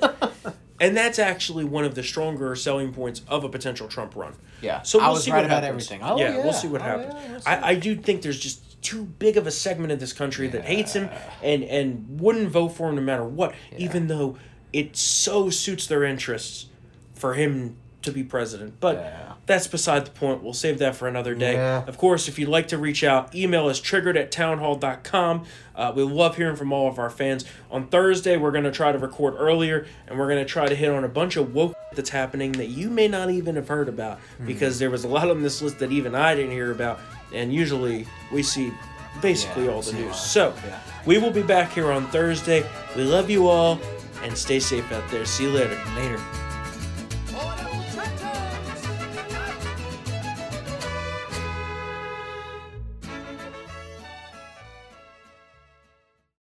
And that's actually one of the stronger selling points of a potential Trump run. Yeah. so we'll I was see right what about happens. everything. Oh, yeah, yeah. we'll see what Oh, happens. yeah, we'll see. I, I do think there's just too big of a segment of this country that hates him and and wouldn't vote for him no matter what, even though it so suits their interests for him to be president. But that's beside the point. We'll save that for another day. Yeah. Of course, if you'd like to reach out, email us triggered at townhall.com. Uh, we love hearing from all of our fans. On Thursday, we're going to try to record earlier and we're going to try to hit on a bunch of woke that's happening that you may not even have heard about Hmm. because there was a lot on this list that even I didn't hear about. And usually we see basically Yeah, all the see a news. lot. So Yeah. we will be back here on Thursday. We love you all and stay safe out there. See you later. Later.